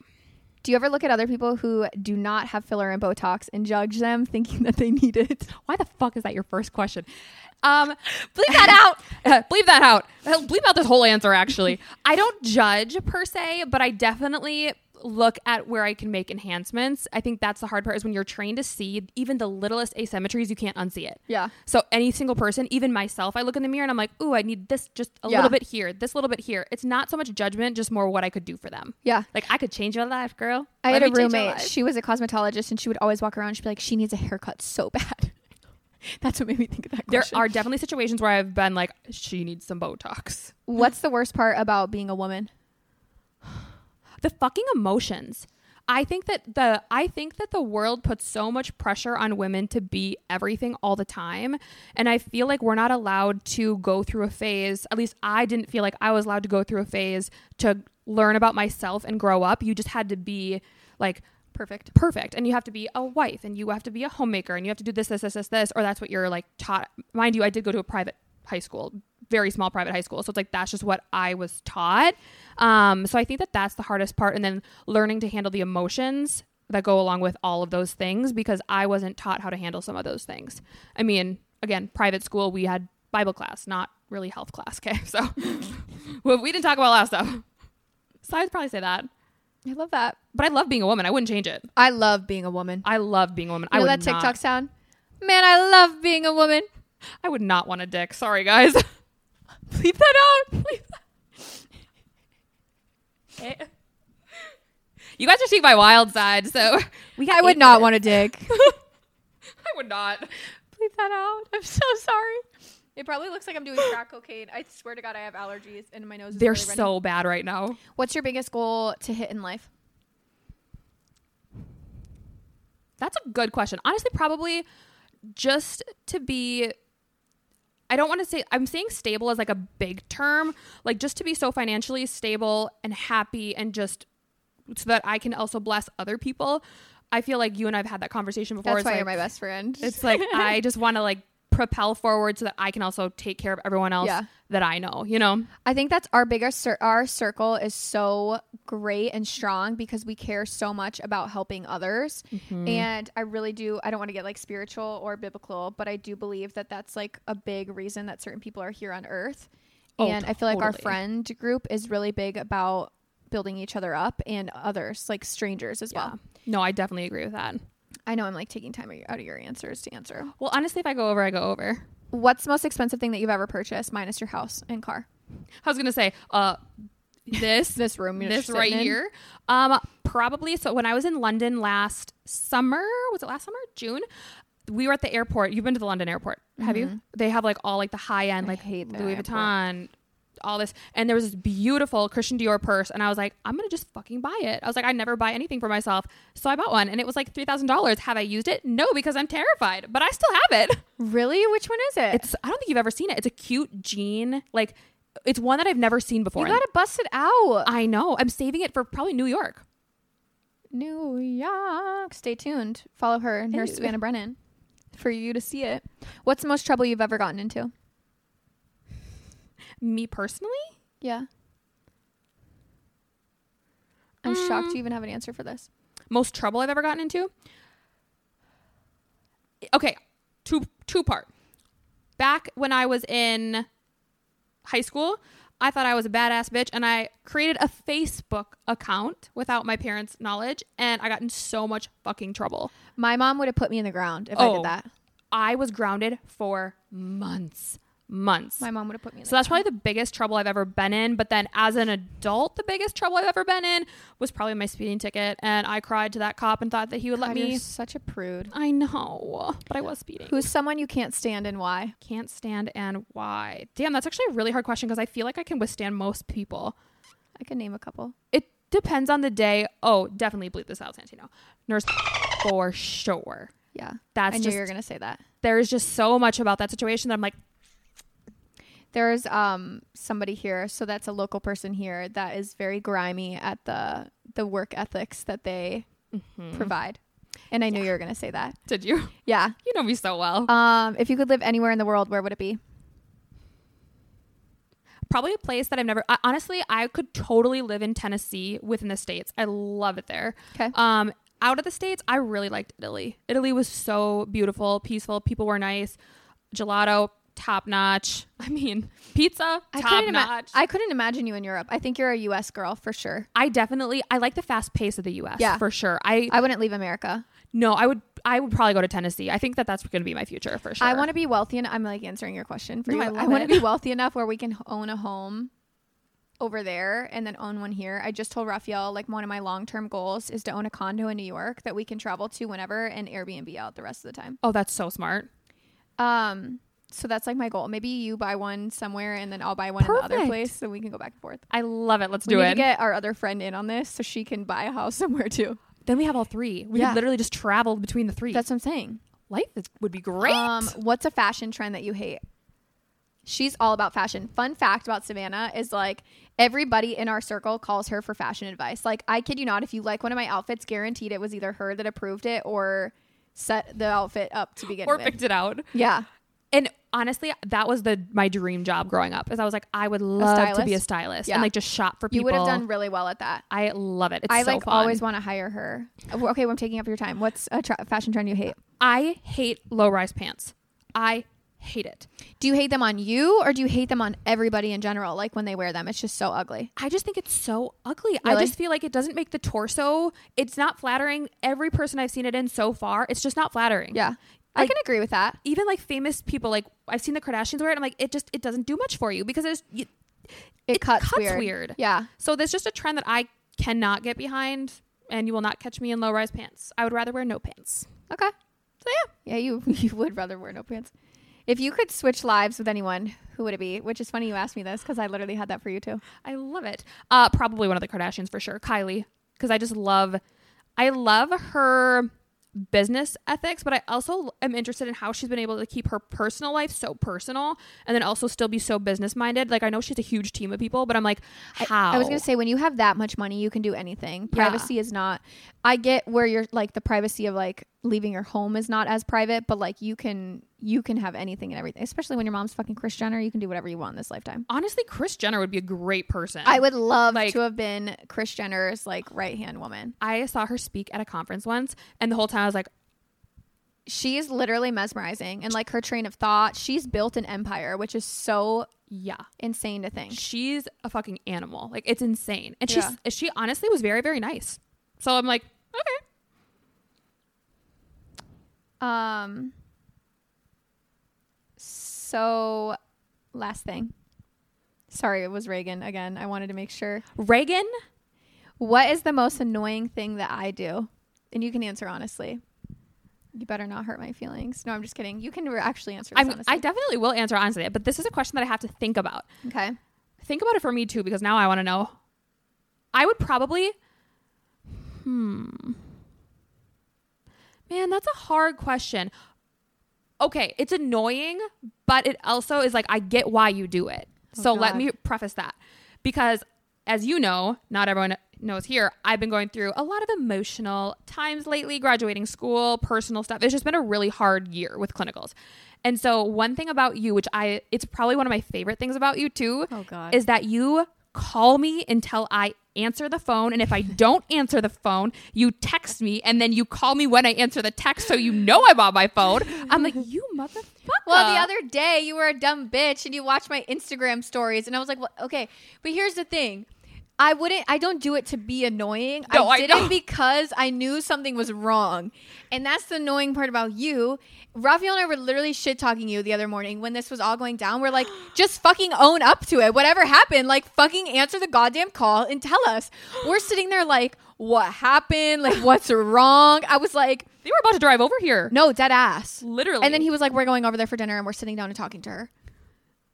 Speaker 1: do you ever look at other people who do not have filler and botox and judge them thinking that they need it
Speaker 2: Why the fuck is that your first question? Um,
Speaker 1: Bleep that
Speaker 2: out. bleep that out. Hell, Bleep out this whole answer. Actually, I don't judge per se, but I definitely look at where I can make enhancements. I think that's the hard part is when you're trained to see even the littlest asymmetries, you can't unsee it.
Speaker 1: yeah
Speaker 2: So any single person, even myself, I look in the mirror and I'm like, "Ooh, I need this just a
Speaker 1: Yeah.
Speaker 2: little bit here, this little bit here." It's not so much judgment, just more what I could do for them.
Speaker 1: yeah
Speaker 2: Like I could change your life, girl.
Speaker 1: I
Speaker 2: Let
Speaker 1: had a
Speaker 2: me change your
Speaker 1: roommate.
Speaker 2: life.
Speaker 1: She was a cosmetologist, and she would always walk around. She'd be like, "She needs a haircut so bad." That's what made me think of that.
Speaker 2: There
Speaker 1: question.
Speaker 2: are definitely situations where I've been like, "She needs some Botox."
Speaker 1: What's the worst part about being a woman?
Speaker 2: the fucking emotions. I think that the I think that the world puts so much pressure on women to be everything all the time and I feel like we're not allowed to go through a phase at least I didn't feel like I was allowed to go through a phase to learn about myself and grow up you just had to be like
Speaker 1: Perfect.
Speaker 2: perfect and you have to be a wife and you have to be a homemaker and you have to do this this this this this or that's what you're like taught mind you i did go to a private high school very small private high school so it's like that's just what i was taught um so i think that that's the hardest part and then learning to handle the emotions that go along with all of those things because i wasn't taught how to handle some of those things i mean again private school we had bible class not really health class okay so well, we didn't talk about a lot of stuff so i'd probably say that
Speaker 1: I love that.
Speaker 2: but i love being a woman i wouldn't change it
Speaker 1: I love being a woman.
Speaker 2: I love being a woman.
Speaker 1: You
Speaker 2: I
Speaker 1: know
Speaker 2: would
Speaker 1: that
Speaker 2: not,
Speaker 1: TikTok sound? Man, I love being a woman.
Speaker 2: I would not want a dick. Sorry, guys.
Speaker 1: Leave that out. Bleep that-
Speaker 2: Eh. you guys are seeing my wild side, so we got
Speaker 1: I would
Speaker 2: eight
Speaker 1: not
Speaker 2: minutes.
Speaker 1: want a dick.
Speaker 2: I would not.
Speaker 1: Leave that out. I'm so sorry. It probably looks like I'm doing crack cocaine. I swear to God, I have allergies, and my nose. Is
Speaker 2: They're
Speaker 1: really running.
Speaker 2: so bad right now.
Speaker 1: What's your biggest goal to hit in life?
Speaker 2: That's a good question. Honestly, probably just to be I don't want to say I'm saying stable as like a big term, like just to be so financially stable and happy and just so that I can also bless other people. I feel like you and I've had that conversation before.
Speaker 1: That's
Speaker 2: It's
Speaker 1: why
Speaker 2: like-
Speaker 1: you're my best friend.
Speaker 2: It's like I just want to like propel forward so that I can also take care of everyone else
Speaker 1: Yeah.
Speaker 2: that I know. You know,
Speaker 1: I think that's our biggest cir- our circle is so great and strong because we care so much about helping others. And I really do I don't want to get like spiritual or biblical, but I do believe that that's like a big reason that certain people are here on earth.
Speaker 2: Oh,
Speaker 1: and I feel like our
Speaker 2: totally.
Speaker 1: friend group is really big about building each other up and others, like strangers as well.
Speaker 2: No, I definitely agree with that.
Speaker 1: I know I'm like taking time out of your answers to answer.
Speaker 2: Well, honestly, if I go over, I go over.
Speaker 1: What's the most expensive thing that you've ever purchased minus your house and car?
Speaker 2: I was gonna say, uh, this
Speaker 1: This room you're
Speaker 2: this
Speaker 1: sitting
Speaker 2: right
Speaker 1: in?
Speaker 2: here. Um, probably. So when I was in London last summer, was it last summer? June. We were at the airport. You've been to the London airport, have you? They have like all like the high end, like
Speaker 1: Mm-hmm. hate their
Speaker 2: Louis
Speaker 1: airport.
Speaker 2: Vuitton, all this. And there was this beautiful Christian Dior purse, and I was like, I'm gonna just fucking buy it. I was like, I never buy anything for myself, so I bought one, and it was like three thousand dollars. Have I used it? No, because I'm terrified, but I still have it.
Speaker 1: Really? Which one is it?
Speaker 2: It's I don't think you've ever seen it. It's a cute jean, like it's one that I've never seen before.
Speaker 1: you gotta bust it out.
Speaker 2: I know. I'm saving it for probably New York.
Speaker 1: New York. Stay tuned. Follow her and her
Speaker 2: Hey.
Speaker 1: Savannah Brennan for you to see it. What's the most trouble you've ever gotten into?
Speaker 2: Me personally,
Speaker 1: Yeah. I'm shocked
Speaker 2: Mm.
Speaker 1: you even have an answer for this.
Speaker 2: most trouble I've ever gotten into. Okay, two two part. Back when I was in high school, I thought I was a badass bitch and I created a Facebook account without my parents' knowledge and I got in so much fucking trouble.
Speaker 1: My mom would have put me in the ground if I
Speaker 2: Oh.
Speaker 1: did that.
Speaker 2: I was grounded for months. Months.
Speaker 1: My mom would have put me in the
Speaker 2: So that's probably the biggest trouble I've ever been in. But then as an adult, the biggest trouble I've ever been in was probably my speeding ticket. And I cried to that cop and thought that he would let
Speaker 1: God, you're
Speaker 2: me.
Speaker 1: such a prude.
Speaker 2: I know, but I was speeding.
Speaker 1: Who's someone you can't stand and why?
Speaker 2: can't stand and why? Damn, that's actually a really hard question because I feel like I can withstand most people.
Speaker 1: I could name a couple.
Speaker 2: It depends on the day. Oh, definitely bleep this out, Santino. Nurse for sure.
Speaker 1: Yeah.
Speaker 2: That's
Speaker 1: I knew
Speaker 2: just
Speaker 1: you were gonna say that.
Speaker 2: there's just so much about that situation that I'm like,
Speaker 1: There's um somebody here, so that's a local person here that is very grimy at the the work ethics that they
Speaker 2: mm-hmm.
Speaker 1: provide. And I knew you were gonna say that.
Speaker 2: did you?
Speaker 1: Yeah.
Speaker 2: You know me so well.
Speaker 1: Um, if you could live anywhere in the world, where would it be?
Speaker 2: probably a place that I've never I, honestly I could totally live in Tennessee within the states. I love it there.
Speaker 1: 'Kay.
Speaker 2: Um out of the states, I really liked Italy. Italy was so beautiful, peaceful, people were nice. Gelato top notch. I mean, pizza
Speaker 1: I
Speaker 2: top
Speaker 1: couldn't, ima-
Speaker 2: notch. I,
Speaker 1: I couldn't imagine you in Europe. I think you're a U.S. girl for sure.
Speaker 2: definitely I like the fast pace of the US
Speaker 1: Yeah.
Speaker 2: for sure. I,
Speaker 1: I wouldn't leave America.
Speaker 2: no, I would I would probably go to Tennessee. I think that that's going to be my future for sure.
Speaker 1: I want to be wealthy, and I'm like answering your question for
Speaker 2: No,
Speaker 1: you.
Speaker 2: I
Speaker 1: I,
Speaker 2: love
Speaker 1: want to
Speaker 2: it.
Speaker 1: be wealthy enough where we can own a home over there and then own one here. I just told Raphael like one of my long term goals is to own a condo in New York that we can travel to whenever and Airbnb out the rest of the time.
Speaker 2: Oh, that's so smart.
Speaker 1: Um, so that's like my goal. Maybe you buy one somewhere, and then I'll buy one in the other
Speaker 2: Perfect.
Speaker 1: place, so we can go back and forth.
Speaker 2: I love it. Let's
Speaker 1: We
Speaker 2: do
Speaker 1: need
Speaker 2: it.
Speaker 1: to get our other friend in on this so she can buy a house somewhere too.
Speaker 2: then we have all three. We
Speaker 1: Yeah.
Speaker 2: could literally just travel between the three.
Speaker 1: That's Um, what I'm saying.
Speaker 2: life is, would be great.
Speaker 1: what's a fashion trend that you hate? She's all about fashion. Fun fact about Savannah is like everybody in our circle calls her for fashion advice. Like I kid you not, if you like one of my outfits, guaranteed it was either her that approved it or set the outfit up to begin
Speaker 2: or
Speaker 1: with.
Speaker 2: picked it out.
Speaker 1: Yeah,
Speaker 2: And honestly, that was the my dream job growing up. Is I was like, I would love to be a
Speaker 1: stylist?
Speaker 2: stylist
Speaker 1: Yeah.
Speaker 2: and like just shop for people.
Speaker 1: you would have done really well at that.
Speaker 2: I love it. It's
Speaker 1: I
Speaker 2: so
Speaker 1: like
Speaker 2: fun.
Speaker 1: always want to hire her. Oh, Okay, well, I'm taking up your time. What's a tra- fashion trend you hate?
Speaker 2: I hate low rise pants. I hate it.
Speaker 1: Do you hate them on you or do you hate them on everybody in general? Like when they wear them, it's just so ugly.
Speaker 2: I just think it's so ugly. I
Speaker 1: Really?
Speaker 2: just feel like it doesn't make the torso. It's not flattering. Every person I've seen it in so far, it's just not flattering.
Speaker 1: Yeah, I
Speaker 2: Like-
Speaker 1: can agree with that.
Speaker 2: Even like famous people, like I've seen the Kardashians wear it. I'm like, it just it doesn't do much for you because it's you,
Speaker 1: It, cuts,
Speaker 2: cuts
Speaker 1: weird.
Speaker 2: weird.
Speaker 1: Yeah.
Speaker 2: So there's just a trend that I cannot get behind, and you will not catch me in low rise pants. I would rather wear no pants.
Speaker 1: Okay. So yeah, yeah, you you would rather wear no pants. If you could switch lives with anyone, who would it be? Which is funny you asked me this because I literally had that for you too.
Speaker 2: I love it. Uh, probably one of the Kardashians for sure, Kylie, because I just love, I love her business ethics, but I also am interested in how she's been able to keep her personal life so personal, and then also still be so business minded. Like I know she's a huge team of people, but I'm like, how?
Speaker 1: I was gonna say when you have that much money, you can do anything.
Speaker 2: Yeah.
Speaker 1: Privacy is not. I get where you're like the privacy of like leaving your home is not as private, but like you can you can have anything and everything. Especially when your mom's fucking Chris Jenner, you can do whatever you want in this lifetime.
Speaker 2: honestly, Chris Jenner would be a great person.
Speaker 1: I would love
Speaker 2: Like-
Speaker 1: to have been Chris Jenner's like right hand woman.
Speaker 2: I saw her speak at a conference once, and the whole time I was like,
Speaker 1: She is literally mesmerizing and like her train of thought. She's built an empire, which is so
Speaker 2: yeah.
Speaker 1: insane to think.
Speaker 2: she's a fucking animal. Like it's insane. And
Speaker 1: Yeah.
Speaker 2: she's she honestly was very very nice. So I'm like, okay.
Speaker 1: Um. So, last thing. Sorry, it was Reagan again. I wanted to make sure.
Speaker 2: Reagan,
Speaker 1: What is the most annoying thing that I do? And you can answer honestly. You better not hurt my feelings. No, I'm just kidding. You can re- actually answer this
Speaker 2: I'm,
Speaker 1: honestly.
Speaker 2: I definitely will answer honestly, but this is a question that I have to think about.
Speaker 1: okay.
Speaker 2: think about it for me too because now I want to know. I would probably hmm Man, that's a hard question. Okay, it's annoying, but it also is like I get why you do it.
Speaker 1: Oh,
Speaker 2: so let
Speaker 1: God.
Speaker 2: me preface that because as you know, not everyone knows here, I've been going through a lot of emotional times lately, graduating school, personal stuff. It's just been a really hard year with clinicals. And so one thing about you, which I it's probably one of my favorite things about you too,
Speaker 1: Oh, God.
Speaker 2: is that you call me until I answer the phone and if I don't answer the phone, you text me and then you call me when I answer the text so you know I'm on my phone. I'm like, "You motherfucker."
Speaker 1: Well, the other day you were a dumb bitch and you watched my Instagram stories, and I was like, well, okay. But here's the thing. I wouldn't. I don't do it to be annoying.
Speaker 2: No, I
Speaker 1: I did it
Speaker 2: know.
Speaker 1: because I knew something was wrong, and that's the annoying part about you. Raphael and I were literally shit talking you the other morning when this was all going down. We're like, just fucking own up to it. Whatever happened, like fucking answer the goddamn call and tell us. We're sitting there like, what happened? Like, what's wrong? I was like,
Speaker 2: they were about to drive over here.
Speaker 1: no, dead ass.
Speaker 2: Literally.
Speaker 1: And then he was like, "We're going over there for dinner, and we're sitting down and talking to her."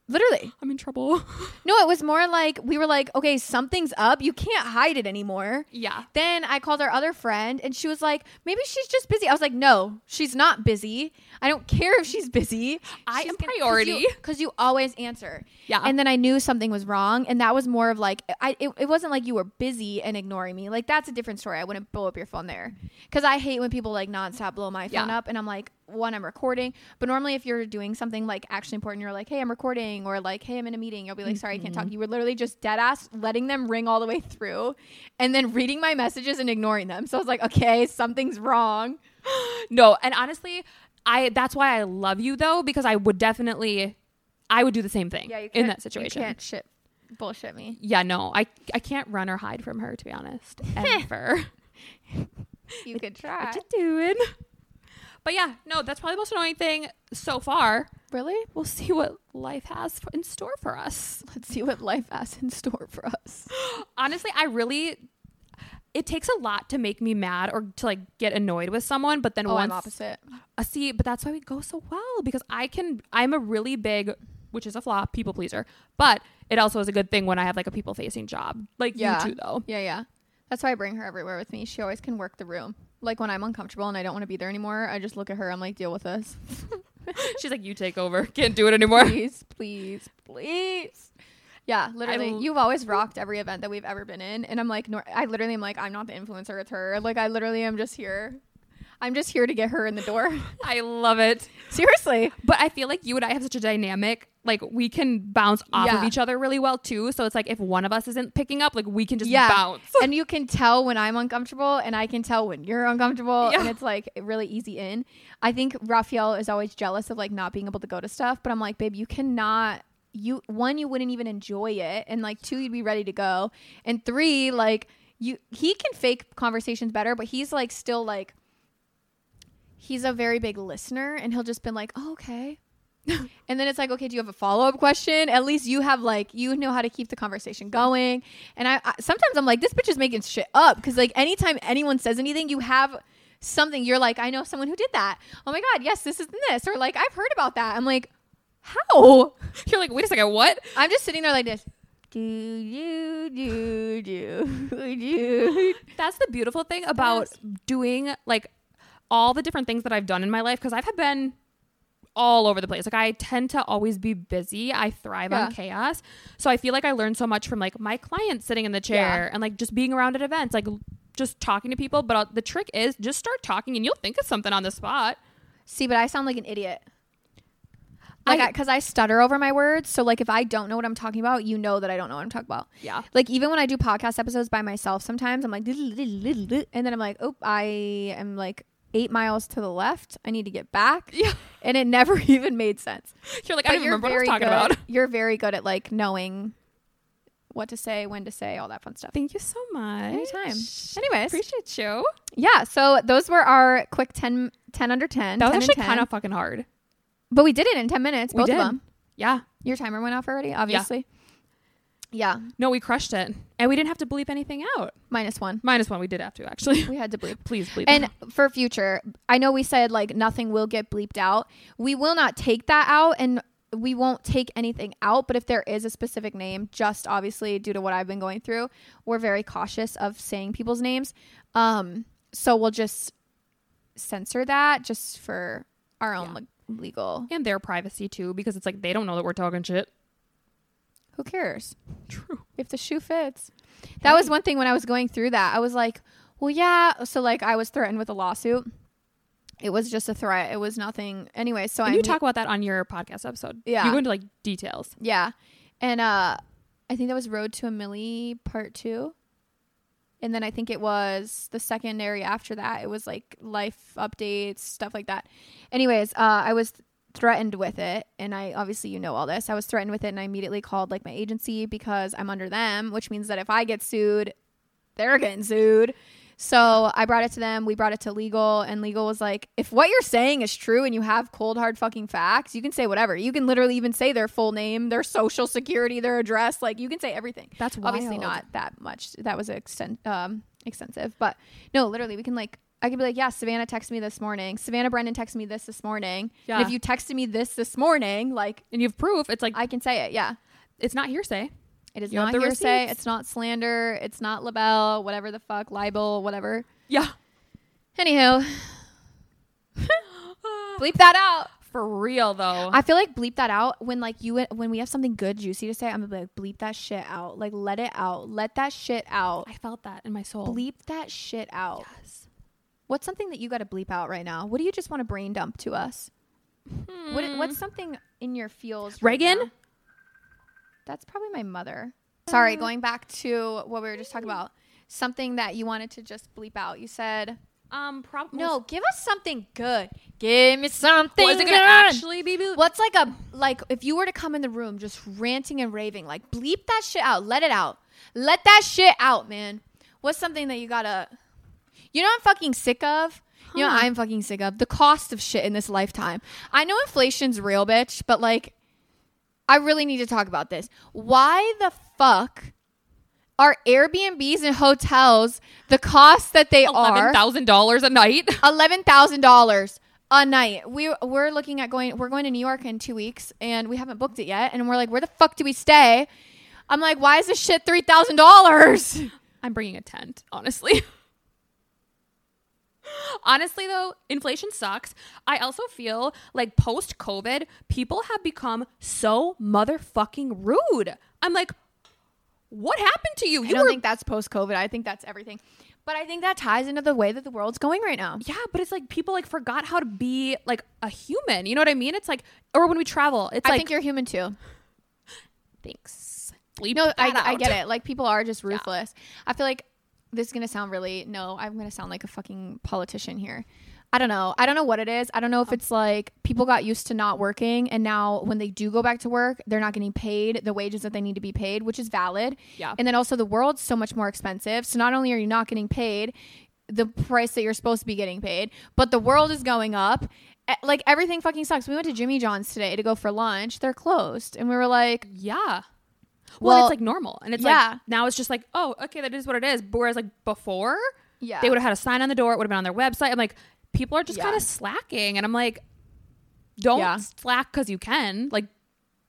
Speaker 1: Literally,
Speaker 2: I'm in trouble.
Speaker 1: no. It was more like we were like, "Okay, something's up. You can't hide it anymore."
Speaker 2: yeah.
Speaker 1: Then I called our other friend, and she was like, "Maybe she's just busy." I was like, "No, she's not busy. I don't care if she's busy.
Speaker 2: I
Speaker 1: She's
Speaker 2: am
Speaker 1: gonna- 'cause
Speaker 2: priority."
Speaker 1: you- because you, always answer."
Speaker 2: Yeah.
Speaker 1: And then I knew something was wrong, and that was more of like, I it, it wasn't like you were busy and ignoring me. Like that's a different story. I wouldn't blow up your phone there because I hate when people like nonstop blow my phone
Speaker 2: Yeah.
Speaker 1: up, and I'm like, one, I'm recording, but normally if you're doing something like actually important, you're like, hey, I'm recording, or like, hey, I'm in a meeting. You'll be like, sorry, I can't talk. You were literally just dead ass letting them ring all the way through, and then reading my messages and ignoring them. So I was like, okay, something's wrong.
Speaker 2: No, and honestly, I that's why I love you though because I would definitely I would do the same thing in that situation.
Speaker 1: can't shit bullshit me.
Speaker 2: Yeah, no. I I can't run or hide from her to be honest. Ever.
Speaker 1: You could try.
Speaker 2: what you doing? But yeah, no, that's probably the most annoying thing so far.
Speaker 1: Really?
Speaker 2: We'll see what life has for, in store for us.
Speaker 1: Let's see what life has in store for us.
Speaker 2: Honestly, I really it takes a lot to make me mad or to like get annoyed with someone, but then
Speaker 1: Oh,
Speaker 2: once
Speaker 1: I'm opposite.
Speaker 2: Uh, see, but that's why we go so well because I can. I'm a really big, which is a flaw, people pleaser. But it also is a good thing when I have like a people facing job, like
Speaker 1: Yeah.
Speaker 2: you too, though.
Speaker 1: Yeah, yeah. That's why I bring her everywhere with me. She always can work the room. Like when I'm uncomfortable and I don't want to be there anymore, I just look at her. I'm like, deal with this.
Speaker 2: She's like, you take over. Can't do it anymore.
Speaker 1: please, please, please. Yeah, literally.
Speaker 2: l-
Speaker 1: You've always rocked every event that we've ever been in. And I'm like, nor- I literally am like, I'm not the influencer, it's her. Like, I literally am just here. I'm just here to get her in the door.
Speaker 2: I love it.
Speaker 1: Seriously.
Speaker 2: But I feel like you and I have such a dynamic. Like we can bounce off of
Speaker 1: Yeah.
Speaker 2: each other really well too. So it's like if one of us isn't picking up, like we can just
Speaker 1: Yeah.
Speaker 2: bounce.
Speaker 1: and you can tell when I'm uncomfortable and I can tell when you're uncomfortable.
Speaker 2: Yeah.
Speaker 1: And it's like really easy in. I think Raphael is always jealous of like not being able to go to stuff. But I'm like, babe, you cannot. You one, you wouldn't even enjoy it, and like two, you'd be ready to go, and three, like you, he can fake conversations better, but he's like still like he's a very big listener and he'll just been like, oh, okay. and then it's like, okay, do you have a follow up question? At least you have like, you know how to keep the conversation going. And I, I sometimes I'm like, this bitch is making shit up. Cause like anytime anyone says anything, you have something. You're like, I know someone who did that. Oh my God, yes, this is this. Or like, I've heard about that. I'm like, how?
Speaker 2: You're like, wait a second, what?
Speaker 1: I'm just sitting there like this. Do, do, do, do, do.
Speaker 2: That's the beautiful thing about doing like all the different things that I've done in my life because I've had been all over the place. Like I tend to always be busy. I thrive
Speaker 1: Yeah.
Speaker 2: on chaos. So I feel like I learned so much from like my clients sitting in the chair and like just being around at events, like l- just talking to people. But uh, the trick is just start talking and you'll think of something on the spot.
Speaker 1: See, but I sound like an idiot.
Speaker 2: I-
Speaker 1: Like, I, cause I stutter over my words. So, like, if I don't know what I'm talking about, you know that I don't know what I'm talking about.
Speaker 2: Yeah.
Speaker 1: Like, even when I do podcast episodes by myself, sometimes I'm like, and then I'm like, oh, I am like eight miles to the left. I need to get back.
Speaker 2: Yeah.
Speaker 1: And it never even made sense.
Speaker 2: You're like, I don't even remember what I was talking
Speaker 1: good.
Speaker 2: about.
Speaker 1: You're very good at like knowing what to say, when to say, all that fun stuff.
Speaker 2: Thank you so much.
Speaker 1: Anytime. Anyways,
Speaker 2: Appreciate you.
Speaker 1: yeah. So those were our quick 10, 10 under 10.
Speaker 2: That
Speaker 1: 10
Speaker 2: was
Speaker 1: and
Speaker 2: actually
Speaker 1: 10.
Speaker 2: kind of fucking hard.
Speaker 1: But we did it in 10 minutes,
Speaker 2: We
Speaker 1: both
Speaker 2: did.
Speaker 1: of them.
Speaker 2: Yeah.
Speaker 1: Your timer went off already, obviously. Yeah.
Speaker 2: No, we crushed it. And we didn't have to bleep anything out.
Speaker 1: minus one.
Speaker 2: Minus one, we did have to actually.
Speaker 1: We had to bleep.
Speaker 2: Please bleep.
Speaker 1: And for future, I know we said like nothing will get bleeped out. We will not take that out and we won't take anything out, but if there is a specific name, just obviously due to what I've been going through, we're very cautious of saying people's names. Um, so we'll just censor that just for our own
Speaker 2: Yeah.
Speaker 1: le- legal.
Speaker 2: and their privacy too, because it's like they don't know that we're talking shit.
Speaker 1: Who cares?
Speaker 2: True.
Speaker 1: if the shoe fits. That was one thing when I was going through that. I was like, well, yeah. So like, I was threatened with a lawsuit. It was just a threat. It was nothing. Anyway, so I
Speaker 2: And you
Speaker 1: knew-
Speaker 2: talk about that on your podcast episode.
Speaker 1: Yeah.
Speaker 2: You go into like details.
Speaker 1: yeah, and uh, I think that was Road to a Millie Part Two. And then I think it was the secondary after that. It was like life updates, stuff like that. Anyways, uh, I was threatened with it. And I obviously, you know, all this. I was threatened with it and I immediately called like my agency because I'm under them, which means that if I get sued, they're getting sued. So I brought it to them. We brought it to legal, and legal was like, if what you're saying is true and you have cold, hard fucking facts, you can say whatever. You can literally even say their full name, their social security, their address. Like, you can say everything
Speaker 2: That's
Speaker 1: obviously
Speaker 2: wild.
Speaker 1: not that much. That was exten- um, extensive, but no, literally, we can like I could be like, yeah, Savannah texted me this morning. Savannah Brendan texted me this this morning.
Speaker 2: Yeah.
Speaker 1: And if you texted me this this morning, like
Speaker 2: And you have proof. It's like
Speaker 1: I can say it. Yeah,
Speaker 2: it's not hearsay.
Speaker 1: it is
Speaker 2: You
Speaker 1: not
Speaker 2: want the
Speaker 1: hearsay.
Speaker 2: receipts?
Speaker 1: It's not slander. It's not libel. Whatever the fuck, libel, whatever.
Speaker 2: Yeah.
Speaker 1: Anywho, bleep that out.
Speaker 2: For real though.
Speaker 1: I feel like bleep that out when like you when we have something good juicy to say. I'm gonna be like bleep that shit out. Like let it out. Let that shit out.
Speaker 2: I felt that in my soul.
Speaker 1: Bleep that shit out. What's something that you got to bleep out right now? What do you just want to brain dump to us? What, what's something in your feels? right
Speaker 2: Reagan?
Speaker 1: now? That's probably my mother. Sorry, going back to what we were just talking about. Something that you wanted to just bleep out. You said,
Speaker 2: Um probably
Speaker 1: "No, give us something good. Give me something
Speaker 2: Well, is it
Speaker 1: good."
Speaker 2: gonna actually be bleep?
Speaker 1: What's like a like if you were to come in the room just ranting and raving, like bleep that shit out, let it out, let that shit out, man. What's something that you gotta? You know, I'm fucking sick of. You know,
Speaker 2: Huh.
Speaker 1: I'm fucking sick of the cost of shit in this lifetime. I know inflation's real, bitch, but like, I really need to talk about this. Why the fuck are Airbnbs and hotels the cost that they
Speaker 2: eleven
Speaker 1: are?
Speaker 2: thousand dollars a night?
Speaker 1: eleven thousand dollars a night. We we're looking at going. We're going to New York in two weeks, and we haven't booked it yet. And we're like, where the fuck do we stay? I'm like, why is this shit three thousand dollars?
Speaker 2: I'm bringing a tent, honestly. honestly, though, inflation sucks. I also feel like post COVID, people have become so motherfucking rude. I'm like, what happened to you?
Speaker 1: I
Speaker 2: You
Speaker 1: don't
Speaker 2: were,
Speaker 1: think that's post COVID. I think that's everything. But I think that ties into the way that the world's going right now.
Speaker 2: yeah, but it's like people like forgot how to be like a human. You know what I mean? It's like, or when we travel, it's
Speaker 1: I
Speaker 2: like,
Speaker 1: think you're human too.
Speaker 2: thanks. Bleep
Speaker 1: No,
Speaker 2: that
Speaker 1: I, I
Speaker 2: out.
Speaker 1: get it. Like people are just ruthless. I feel like this is gonna sound really no. I'm gonna sound like a fucking politician here. I don't know. I don't know what it is. I don't know
Speaker 2: Oh.
Speaker 1: if it's like people got used to not working and now when they do go back to work, they're not getting paid the wages that they need to be paid, which is valid.
Speaker 2: Yeah.
Speaker 1: And then also the world's so much more expensive. So not only are you not getting paid the price that you're supposed to be getting paid, but the world is going up. Eh, Like everything fucking sucks. We went to Jimmy John's today to go for lunch. They're closed. And we were like,
Speaker 2: Yeah. Well,
Speaker 1: Well,
Speaker 2: it's like normal. And it's
Speaker 1: yeah.
Speaker 2: like, now it's just like, oh, okay, that is what it is. But Whereas like before,
Speaker 1: yeah.
Speaker 2: they would have had a sign on the door. It would have been on their website. I'm like, people are just
Speaker 1: Yeah.
Speaker 2: kind of slacking, and I'm like, don't
Speaker 1: Yeah.
Speaker 2: slack because you can. Like,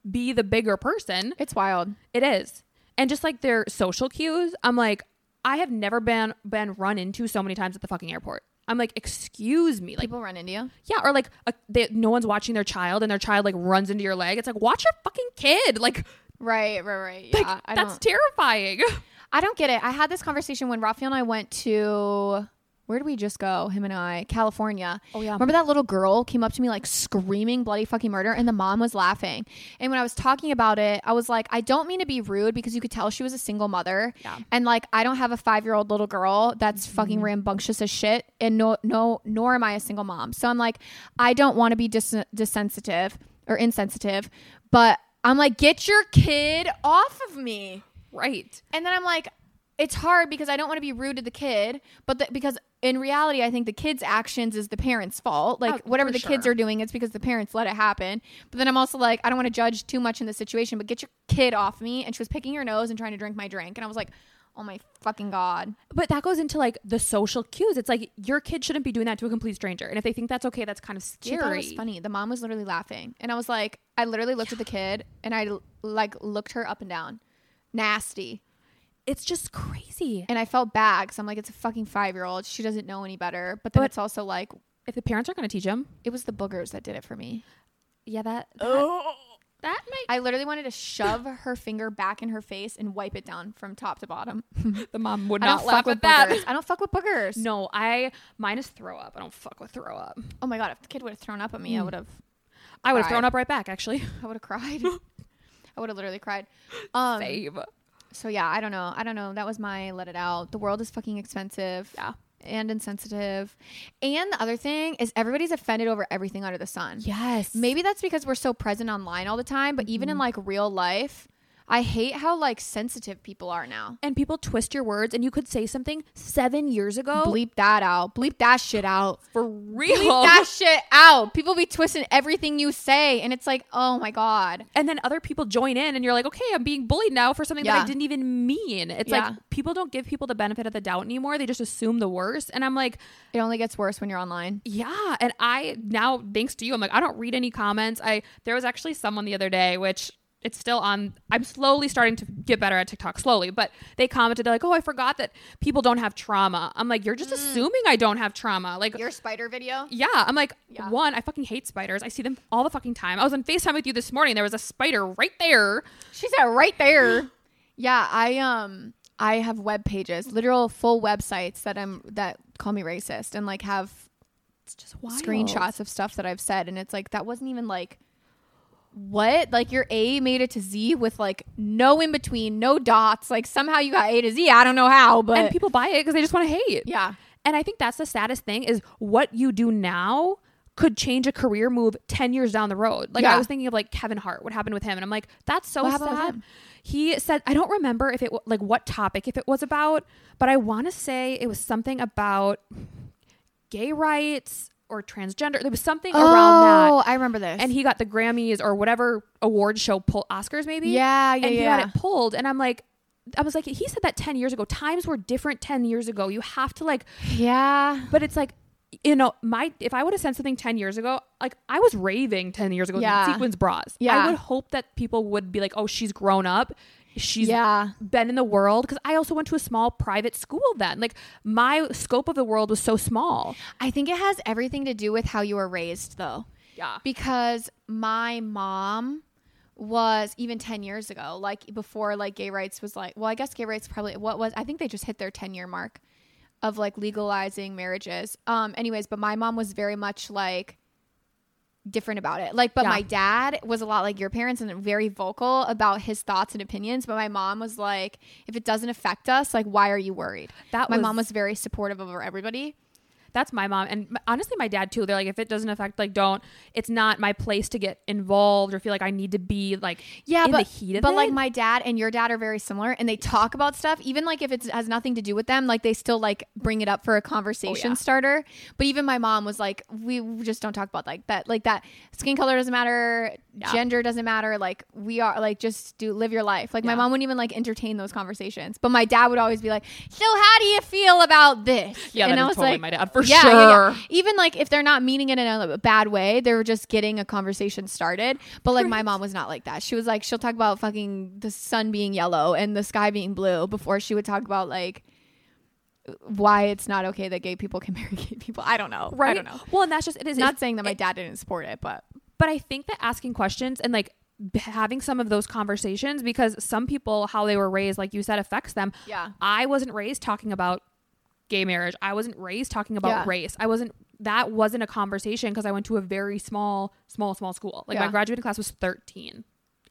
Speaker 2: be the bigger person.
Speaker 1: It's wild.
Speaker 2: It is, and just like their social cues, I'm like, I have never been been run into so many times at the fucking airport. I'm like, excuse me, like,
Speaker 1: People run into you.
Speaker 2: yeah, or like, a, they, no one's watching their child, and their child like runs into your leg. It's like, watch your fucking kid. Like,
Speaker 1: Right, right, right. Yeah,
Speaker 2: like
Speaker 1: I
Speaker 2: that's
Speaker 1: don't.
Speaker 2: terrifying.
Speaker 1: I don't get it. I had this conversation when Raphael and I went to where did we just go? Him and I, California.
Speaker 2: Oh, yeah.
Speaker 1: Remember that little girl came up to me like screaming bloody fucking murder, and the mom was laughing. And when I was talking about it, I was like, I don't mean to be rude because you could tell she was a single mother,
Speaker 2: Yeah. Mm-hmm.
Speaker 1: and like I don't have a five year old little girl that's fucking rambunctious as shit, and no, no, nor am I a single mom. So I'm like, I don't want to be dis- desensitive or insensitive, but I'm like, get your kid off of me.
Speaker 2: right.
Speaker 1: And then I'm like, it's hard because I don't want to be rude to the kid, but the, because in reality, I think the kid's actions is the parents' fault. Like
Speaker 2: Oh,
Speaker 1: whatever
Speaker 2: for
Speaker 1: the kids
Speaker 2: sure.
Speaker 1: are doing, it's because the parents let it happen. But then I'm also like, I don't want to judge too much in the situation, but get your kid off me. And she was picking her nose and trying to drink my drink, and I was like, oh my fucking god.
Speaker 2: But that goes into like the social cues. It's like your kid shouldn't be doing that to a complete stranger. And if they think that's okay, that's kind of
Speaker 1: She thought it
Speaker 2: scary.
Speaker 1: was funny. The mom was literally laughing, and I was like, I literally looked at the kid and I like looked her up and down. Nasty.
Speaker 2: It's just crazy.
Speaker 1: And I felt bad because I'm like, it's a fucking five year old. She doesn't know any better. But then
Speaker 2: But-
Speaker 1: it's also like,
Speaker 2: If the parents are going to teach them,
Speaker 1: it was the boogers that did it for me.
Speaker 2: yeah, that that,
Speaker 3: Oh.
Speaker 2: that might
Speaker 1: I literally wanted to shove her finger back in her face and wipe it down from top to bottom.
Speaker 2: the mom would
Speaker 1: I don't
Speaker 2: not laugh
Speaker 1: fuck with
Speaker 2: at that.
Speaker 1: boogers. I don't fuck with boogers.
Speaker 2: No, I mine is throw up. I don't fuck with throw up.
Speaker 1: Oh my god, if the kid would have thrown up at me,
Speaker 2: Hmm.
Speaker 1: I would have
Speaker 2: I would have
Speaker 1: Cried.
Speaker 2: thrown up right back actually.
Speaker 1: I would have cried. I would have literally cried. Um,
Speaker 2: Save.
Speaker 1: so yeah, I don't know. I don't know. That was my let it out. The world is fucking expensive.
Speaker 2: Yeah.
Speaker 1: And insensitive. And the other thing is everybody's offended over everything under the sun.
Speaker 2: Yes.
Speaker 1: Maybe that's because we're so present online all the time, but even
Speaker 2: Mm-hmm.
Speaker 1: in like real life, I hate how like sensitive people are now.
Speaker 2: and people twist your words and you could say something 7 years ago
Speaker 1: Bleep that out. Bleep that shit out.
Speaker 2: for real.
Speaker 1: Bleep that shit out. People be twisting everything you say and it's like, "Oh my god."
Speaker 2: and then other people join in and you're like, "Okay, I'm being bullied now for something that I
Speaker 1: Yeah.
Speaker 2: didn't even mean." It's
Speaker 1: Yeah.
Speaker 2: like people don't give people the benefit of the doubt anymore. They just assume the worst. And I'm like,
Speaker 1: It only gets worse when you're online.
Speaker 2: Yeah, and I now thanks to you, I'm like I don't read any comments. I there was actually someone the other day which it's still on. I'm slowly starting to get better at TikTok slowly, but they commented they're like, "Oh, I forgot that people don't have trauma." I'm like, "You're
Speaker 1: Mm.
Speaker 2: just assuming I don't have trauma." Like
Speaker 1: Your spider video?
Speaker 2: yeah, I'm like
Speaker 1: Yeah.
Speaker 2: one. I fucking hate spiders. I see them all the fucking time. I was on Facetime with you this morning. There was a spider right there.
Speaker 1: She said right there. yeah, I um I have web pages, literal full websites that I'm that call me racist and like have
Speaker 2: It's just wild.
Speaker 1: screenshots of stuff that I've said and it's like that wasn't even like what? Like your A made it to Z with like no in between, no dots. Like somehow you got A to Z. I don't know how, but
Speaker 2: and people buy it because they just want to hate.
Speaker 1: yeah.
Speaker 2: And I think that's the saddest thing is what you do now could change a career move 10 years down the road. Like I
Speaker 1: Yeah.
Speaker 2: was thinking of like Kevin Hart, what happened with him? And I'm like, that's so
Speaker 1: What happened with
Speaker 2: sad.
Speaker 1: him?
Speaker 2: He said, I don't remember if it, wa- like what topic, if it was about, but I want to say it was something about gay rights or transgender. There was something around that
Speaker 1: Oh, I remember this.
Speaker 2: and he got the Grammys or whatever award show pull Oscars maybe.
Speaker 1: Yeah, Ah, yeah,
Speaker 2: and he
Speaker 1: yeah.
Speaker 2: got it pulled, and I'm like, I was like, he said that ten years ago. Times were different ten years ago. You have to like,
Speaker 1: yeah.
Speaker 2: but it's like. You know, my if I would have said something ten years ago, like I was raving ten years ago.
Speaker 1: Yeah.
Speaker 2: Sequins bras. I
Speaker 1: Yeah.
Speaker 2: would hope that people would be like, "Oh, she's grown up. She's
Speaker 1: Yeah.
Speaker 2: been in the world." Because I also went to a small private school then. Like my scope of the world was so small.
Speaker 1: I think it has everything to do with how you were raised though.
Speaker 2: Yeah.
Speaker 1: because my mom was even 10 years ago like before like gay rights was like well i guess gay rights probably what was i think they just hit their 10 year mark of like legalizing marriages um anyways but my mom was very much like different about it like but
Speaker 2: Yeah.
Speaker 1: my dad was a lot like your parents and very vocal about his thoughts and opinions but my mom was like if it doesn't affect us like why are you worried
Speaker 2: That
Speaker 1: my mom
Speaker 2: was-
Speaker 1: was very supportive over everybody
Speaker 2: that's my mom and m- honestly my dad too they're like if it doesn't affect like don't it's not my place to get involved or feel like i need to be like
Speaker 1: yeah,
Speaker 2: in
Speaker 1: but
Speaker 2: the heat of
Speaker 1: but
Speaker 2: it.
Speaker 1: like my dad and your dad are very similar, and they talk about stuff even like if it has nothing to do with them, like they still like bring it up for a conversation
Speaker 2: Oh, yeah.
Speaker 1: starter. But even my mom was like, we just don't talk about like that, like that skin color doesn't matter,
Speaker 2: Yeah.
Speaker 1: gender doesn't matter. Like we are like just do live your life. Like
Speaker 2: Yeah.
Speaker 1: my mom wouldn't even like entertain those conversations, but my dad would always be like, so how do you feel about this?
Speaker 2: yeah
Speaker 1: and
Speaker 2: that
Speaker 1: I
Speaker 2: is
Speaker 1: was
Speaker 2: totally
Speaker 1: like,
Speaker 2: my dad for
Speaker 1: yeah,
Speaker 2: sure
Speaker 1: yeah, yeah. Even like if they're not meaning it in a bad way, they were just getting a conversation started. But like my mom was not like that. She was like, she'll talk about fucking the sun being yellow and the sky being blue before she would talk about like why it's not okay that gay people can marry gay people. I don't know.
Speaker 2: right
Speaker 1: I don't know.
Speaker 2: well and that's just it is
Speaker 1: Not saying that my dad didn't support it, but
Speaker 2: but i think that asking questions and like b- having some of those conversations because some people how they were raised like you said affects them
Speaker 1: Yeah.
Speaker 2: i wasn't raised talking about gay marriage i wasn't raised talking about
Speaker 1: Yeah.
Speaker 2: race i wasn't that wasn't a conversation because i went to a very small small small school like my
Speaker 1: Yeah.
Speaker 2: graduating class was 13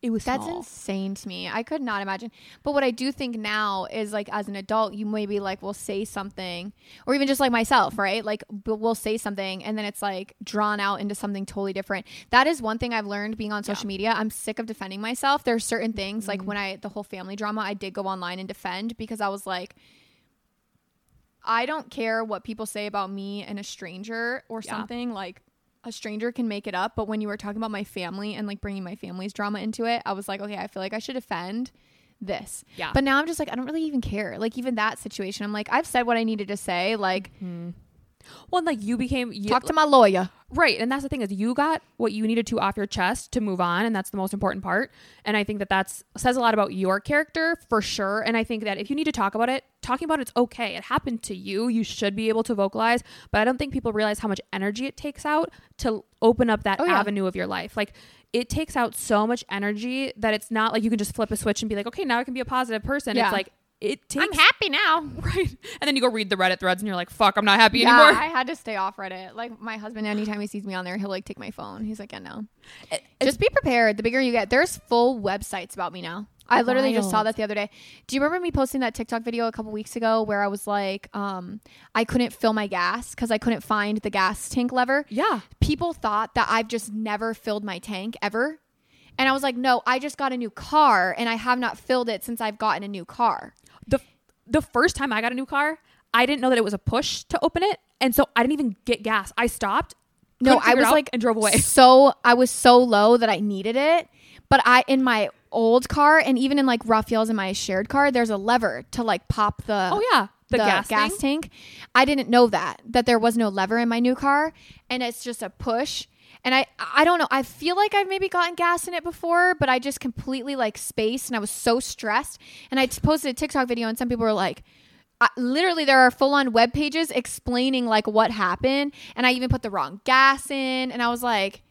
Speaker 2: it was
Speaker 1: That's
Speaker 2: small.
Speaker 1: insane to me. I could not imagine. But what I do think now is like as an adult, you maybe like will say something, or even just like myself, right? Like but we'll say something, and then it's like drawn out into something totally different. That is one thing I've learned being on social media. I'm sick of defending myself. There are certain things like when I the whole family drama, I did go online and defend because I was like. I don't care what people say about me and a stranger or
Speaker 2: Yeah.
Speaker 1: something like a stranger can make it up, but when you were talking about my family and like bringing my family's drama into it, I was like, okay, I feel like I should defend this.
Speaker 2: Yeah.
Speaker 1: But now I'm just like, I don't really even care. Like even that situation, I'm like, I've said what I needed to say. Like
Speaker 2: Well, and, like you became you,
Speaker 1: Talk to my lawyer.
Speaker 2: right, and that's the thing is you got what you needed to off your chest to move on, and that's the most important part. And I think that that's says a lot about your character for sure. And I think that if you need to talk about it, talking about it's okay. It happened to you. You should be able to vocalize, but I don't think people realize how much energy it takes out to open up that
Speaker 1: Oh, yeah.
Speaker 2: avenue of your life. Like it takes out so much energy that it's not like you can just flip a switch and be like, okay, now I can be a positive person.
Speaker 1: Yeah.
Speaker 2: It's like it takes
Speaker 1: happy now.
Speaker 2: Right. And then you go read the Reddit threads and you're like, fuck, I'm not happy
Speaker 1: Yeah,
Speaker 2: anymore.
Speaker 1: I had to stay off Reddit. Like my husband, anytime he sees me on there, he'll like take my phone. He's like, "Yeah, no." Just be prepared. The bigger you get, there's full websites about me now. I literally just saw
Speaker 2: Wild.
Speaker 1: that the other day. Do you remember me posting that TikTok video a couple weeks ago where I was like, um, I couldn't fill my gas because I couldn't find the gas tank lever?
Speaker 2: yeah.
Speaker 1: people thought that I've just never filled my tank ever. And I was like, no, I just got a new car and I have not filled it since I've gotten a new car.
Speaker 2: The the first time I got a new car, I didn't know that it was a push to open it. And so I didn't even get gas. I stopped.
Speaker 1: No,
Speaker 2: couldn't
Speaker 1: I
Speaker 2: figure it
Speaker 1: was
Speaker 2: out,
Speaker 1: like
Speaker 2: and drove away.
Speaker 1: So I was so low that I needed it. But I in my old car and even in like Raphael's in my shared car, there's a lever to like pop the
Speaker 2: Oh yeah. The, gas, thing.
Speaker 1: tank. I didn't know that that there was no lever in my new car, and it's just a push. And I I don't know. I feel like I've maybe gotten gas in it before, but I just completely like spaced, and I was so stressed. And I t- posted a TikTok video, and some people were like. I, literally there are full-on web pages explaining like what happened and i even put the wrong gas in and i was like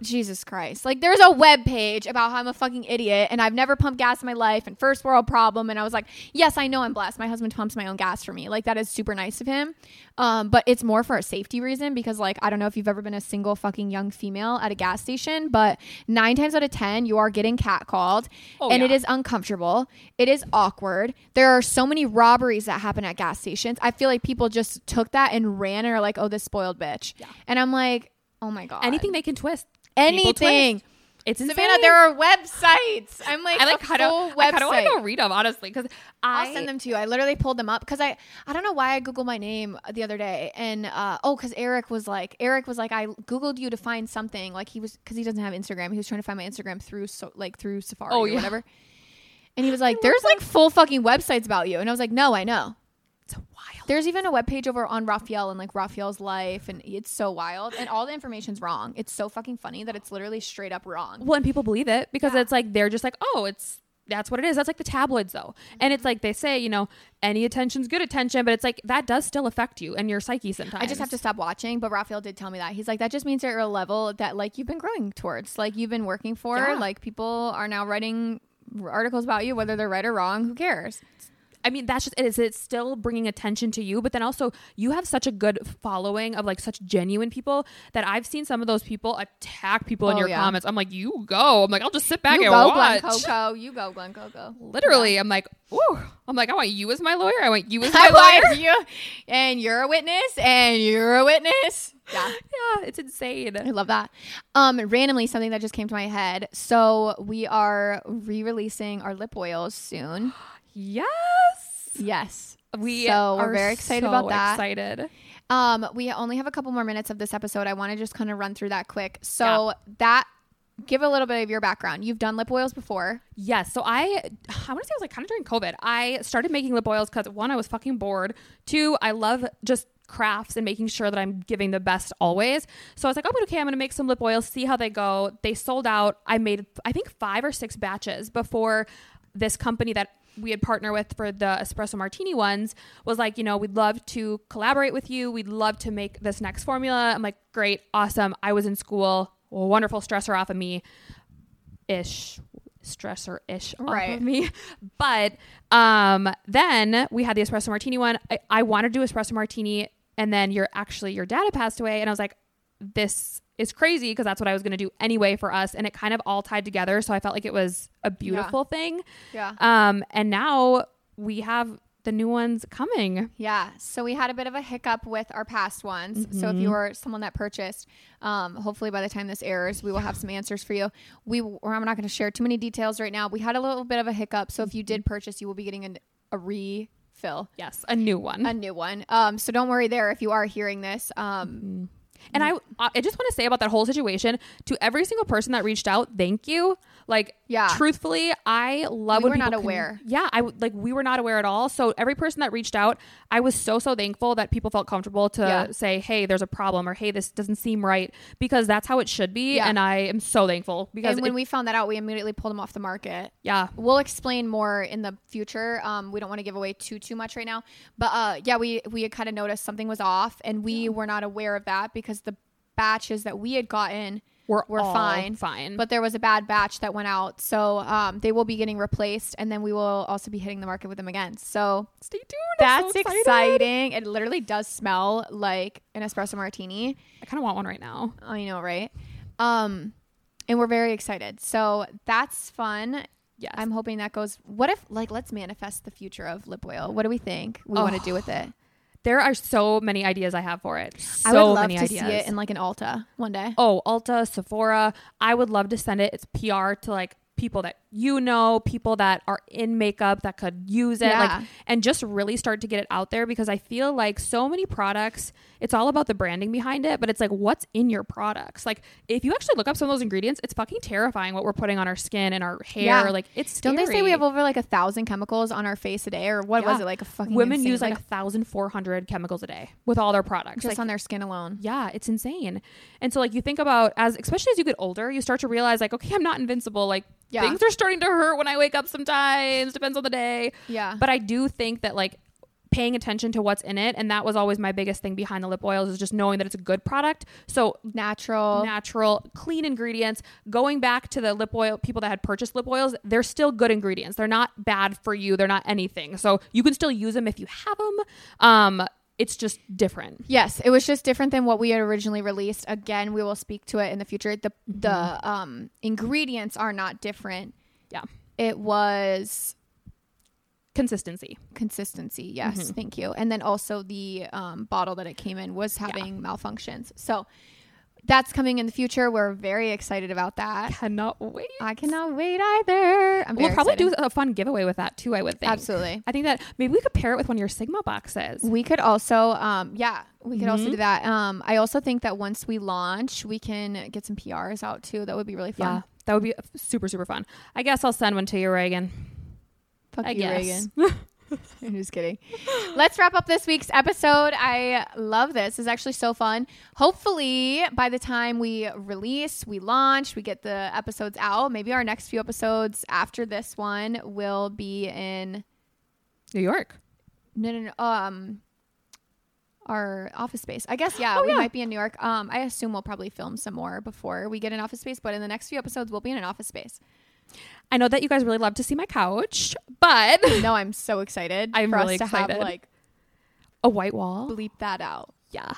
Speaker 1: jesus christ like there's a web page about how i'm a fucking idiot and i've never pumped gas in my life and first world problem and i was like yes i know i'm blessed my husband pumps my own gas for me like that is super nice of him um, but it's more for a safety reason because like i don't know if you've ever been a single fucking young female at a gas station but nine times out of ten you are getting catcalled
Speaker 2: Oh,
Speaker 1: and
Speaker 2: yeah.
Speaker 1: it is is uncomfortable. It is awkward. There are so many robberies that happen at gas stations. I feel like people just took that and ran and are like, "Oh, this spoiled bitch." And I'm like, "Oh my god."
Speaker 2: Anything they can twist. People twist.
Speaker 1: anything.
Speaker 2: It's insane.
Speaker 1: Savannah, there are websites. I'm like,
Speaker 2: I like
Speaker 1: a
Speaker 2: kind of.
Speaker 1: full
Speaker 2: I kind of want
Speaker 1: website.
Speaker 2: to go read them honestly because I
Speaker 1: I'll send them to you. I literally pulled them up because I I don't know why I googled my name the other day and uh, oh because Eric was like Eric was like I googled you to find something like he was because he doesn't have Instagram he was trying to find my Instagram through so like through Safari
Speaker 2: Oh,
Speaker 1: or
Speaker 2: yeah.
Speaker 1: whatever and he was like there's like full fucking websites about you and I was like no I know
Speaker 2: It's wild.
Speaker 1: there's even a webpage over on Raphael and like Raphael's life and it's so wild and all the information's wrong it's so fucking funny that it's literally straight up wrong
Speaker 2: Well, and people believe it because
Speaker 1: Yeah.
Speaker 2: it's like they're just like, oh, it's that's what it is. That's like the tabloids though. And
Speaker 1: Mm-hmm.
Speaker 2: it's like they say, you know, any attention's good attention, but it's like that does still affect you and your psyche sometimes.
Speaker 1: I just have to stop watching. But Raphael did tell me that. He's like, that just means you're at a level that like you've been growing towards, like you've been working for.
Speaker 2: Yeah.
Speaker 1: Like people are now writing r- articles about you, whether they're right or wrong. Who cares?
Speaker 2: I mean, that's just it is it's still bringing attention to you, but then also you have such a good following of like such genuine people that I've seen some of those people attack people in
Speaker 1: Oh,
Speaker 2: your
Speaker 1: yeah.
Speaker 2: comments. I'm like, you go. I'm like, I'll just sit back
Speaker 1: you
Speaker 2: and
Speaker 1: go,
Speaker 2: watch.
Speaker 1: Glenn Coco. You go, Glenn Coco.
Speaker 2: Literally, I'm like, ooh. I'm like, I want you as my lawyer. I want you as my
Speaker 1: I
Speaker 2: lawyer.
Speaker 1: like you, and you're a witness, and you're a witness. Yeah.
Speaker 2: yeah, it's insane.
Speaker 1: I love that. Um, randomly, something that just came to my head. So we are re-releasing our lip oils soon.
Speaker 2: Yes.
Speaker 1: Yes,
Speaker 2: We
Speaker 1: So we're
Speaker 2: are
Speaker 1: very excited
Speaker 2: so
Speaker 1: about that.
Speaker 2: Excited.
Speaker 1: Um, we only have a couple more minutes of this episode. I want to just kind of run through that quick. So that give a little bit of your background. You've done lip oils before.
Speaker 2: Yes. So I, I want to say it was like kind of during COVID. I started making lip oils because one, I was fucking bored. Two, I love just crafts and making sure that I'm giving the best always. So I was like, oh, okay, I'm gonna make some lip oils, see how they go. They sold out. I made I think five or six batches before this company that we had partnered with for the espresso martini ones was like, you know, we'd love to collaborate with you. We'd love to make this next formula. I'm like, great, awesome. I was in school, wonderful stressor off of me ish stressor ish off
Speaker 1: Right.
Speaker 2: of me but um then we had the espresso martini one I, I wanted to do espresso martini and then your actually your dad had passed away and i was like this is crazy because that's what i was going to do anyway for us and it kind of all tied together so i felt like it was a beautiful thing
Speaker 1: Yeah.
Speaker 2: um and now we have the new ones coming
Speaker 1: Yeah. So we had a bit of a hiccup with our past ones. So if you are someone that purchased, um, hopefully by the time this airs, we will have some answers for you. We or I'm not going to share too many details right now. We had a little bit of a hiccup. So if you did purchase, you will be getting an, a refill.
Speaker 2: yes a new one
Speaker 1: a new one. Um, so don't worry there if you are hearing this. Um,
Speaker 2: And I, I just want to say about that whole situation to every single person that reached out, thank you. Like,
Speaker 1: Yeah.
Speaker 2: truthfully, I love
Speaker 1: We
Speaker 2: when
Speaker 1: were
Speaker 2: people
Speaker 1: not
Speaker 2: can-
Speaker 1: aware.
Speaker 2: yeah, I would like we were not aware at all. So every person that reached out, I was so so thankful that people felt comfortable to
Speaker 1: Yeah.
Speaker 2: say, "Hey, there's a problem," or "Hey, this doesn't seem right," because that's how it should be.
Speaker 1: Yeah.
Speaker 2: And I am so thankful because
Speaker 1: And when
Speaker 2: it-
Speaker 1: we found that out, we immediately pulled them off the market.
Speaker 2: yeah,
Speaker 1: We'll explain more in the future. Um, we don't want to give away too too much right now, but uh, yeah, we we had kind of noticed something was off, and we were not aware of that because the batches that we had gotten
Speaker 2: we're
Speaker 1: were
Speaker 2: all
Speaker 1: fine,
Speaker 2: fine.
Speaker 1: but there was a bad batch that went out, so um, they will be getting replaced, and then we will also be hitting the market with them again. So
Speaker 2: stay tuned. I'm
Speaker 1: that's
Speaker 2: so excited.
Speaker 1: exciting. It literally does smell like an espresso martini.
Speaker 2: I kind of want one right now.
Speaker 1: I know, right? Um, and we're very excited. So that's fun.
Speaker 2: Yes.
Speaker 1: I'm hoping that goes. What if, like, let's manifest the future of lip oil? What do we think we want to
Speaker 2: Oh,
Speaker 1: do with it?
Speaker 2: there are so many ideas I have for it. Oh, So
Speaker 1: I would love
Speaker 2: many
Speaker 1: to
Speaker 2: ideas.
Speaker 1: see it in like an Ulta one day.
Speaker 2: oh Ulta, Sephora. I would love to send it. It's PR to like people that you know, people that are in makeup that could use it,
Speaker 1: Yeah.
Speaker 2: like, and just really start to get it out there because I feel like so many products. It's all about the branding behind it, but it's like what's in your products. Like if you actually look up some of those ingredients, it's fucking terrifying what we're putting on our skin and our hair.
Speaker 1: Yeah.
Speaker 2: Like it's
Speaker 1: Don't
Speaker 2: scary.
Speaker 1: they say we have over like a thousand chemicals on our face a day, or what was
Speaker 2: Yeah.
Speaker 1: it like a fucking
Speaker 2: women
Speaker 1: insane-
Speaker 2: use like thousand four hundred chemicals a day with all their products?
Speaker 1: just
Speaker 2: Like,
Speaker 1: on their skin alone?
Speaker 2: yeah, it's insane. And so like you think about as especially as you get older, you start to realize like, okay, I'm not invincible. Like
Speaker 1: Yeah.
Speaker 2: things are starting to hurt when I wake up sometimes, depends on the day.
Speaker 1: Yeah,
Speaker 2: But I do think that like paying attention to what's in it, and that was always my biggest thing behind the lip oils is just knowing that it's a good product. So
Speaker 1: natural.
Speaker 2: natural, clean ingredients. Going back to the lip oil people that had purchased lip oils, they're still good ingredients. They're not bad for you. They're not anything. So you can still use them if you have them. Um, it's just different.
Speaker 1: Yes, it was just different than what we had originally released. Again, we will speak to it in the future. The
Speaker 2: Mm-hmm.
Speaker 1: the um ingredients are not different.
Speaker 2: Yeah.
Speaker 1: It was
Speaker 2: Consistency.
Speaker 1: consistency. Yes,
Speaker 2: Mm-hmm.
Speaker 1: thank you. And then also the um, bottle that it came in was having malfunctions. So that's coming in the future. We're very excited about that.
Speaker 2: Cannot wait.
Speaker 1: I cannot wait either. I'm
Speaker 2: We'll
Speaker 1: very
Speaker 2: probably
Speaker 1: excited.
Speaker 2: do a fun giveaway with that too. I would think.
Speaker 1: absolutely.
Speaker 2: I think that maybe we could pair it with one of your Sigma boxes.
Speaker 1: We could also, um, yeah, we could
Speaker 2: Mm-hmm.
Speaker 1: also do that. Um, I also think that once we launch, we can get some PRs out too. That would be really fun.
Speaker 2: Yeah, that would be super super fun. I guess I'll send one to you, Reagan.
Speaker 1: Fuck
Speaker 2: I
Speaker 1: you,
Speaker 2: guess.
Speaker 1: Reagan. I'm just kidding. Let's wrap up this week's episode. I love this. It's actually so fun. Hopefully, by the time we release, we launch, we get the episodes out, maybe our next few episodes after this one will be in
Speaker 2: New York.
Speaker 1: no no no um our office space. I guess yeah,
Speaker 2: Oh,
Speaker 1: we
Speaker 2: yeah.
Speaker 1: might be in New York. Um I assume we'll probably film some more before we get an office space, but in the next few episodes we'll be in an office space.
Speaker 2: I know that you guys really love to see my couch, but
Speaker 1: No, I'm so excited
Speaker 2: I'm
Speaker 1: for
Speaker 2: really
Speaker 1: us to
Speaker 2: excited.
Speaker 1: have like
Speaker 2: a white wall.
Speaker 1: bleep that out.
Speaker 2: Yeah.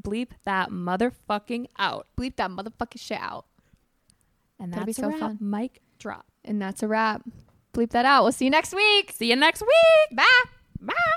Speaker 2: Bleep that motherfucking out.
Speaker 1: Bleep that motherfucking shit out.
Speaker 2: And
Speaker 1: That'd be
Speaker 2: that's a
Speaker 1: so
Speaker 2: wrap.
Speaker 1: fun.
Speaker 2: Mic drop.
Speaker 1: And that's a wrap. Bleep that out. We'll see you next week.
Speaker 2: See you next week.
Speaker 1: Bye.
Speaker 2: Bye.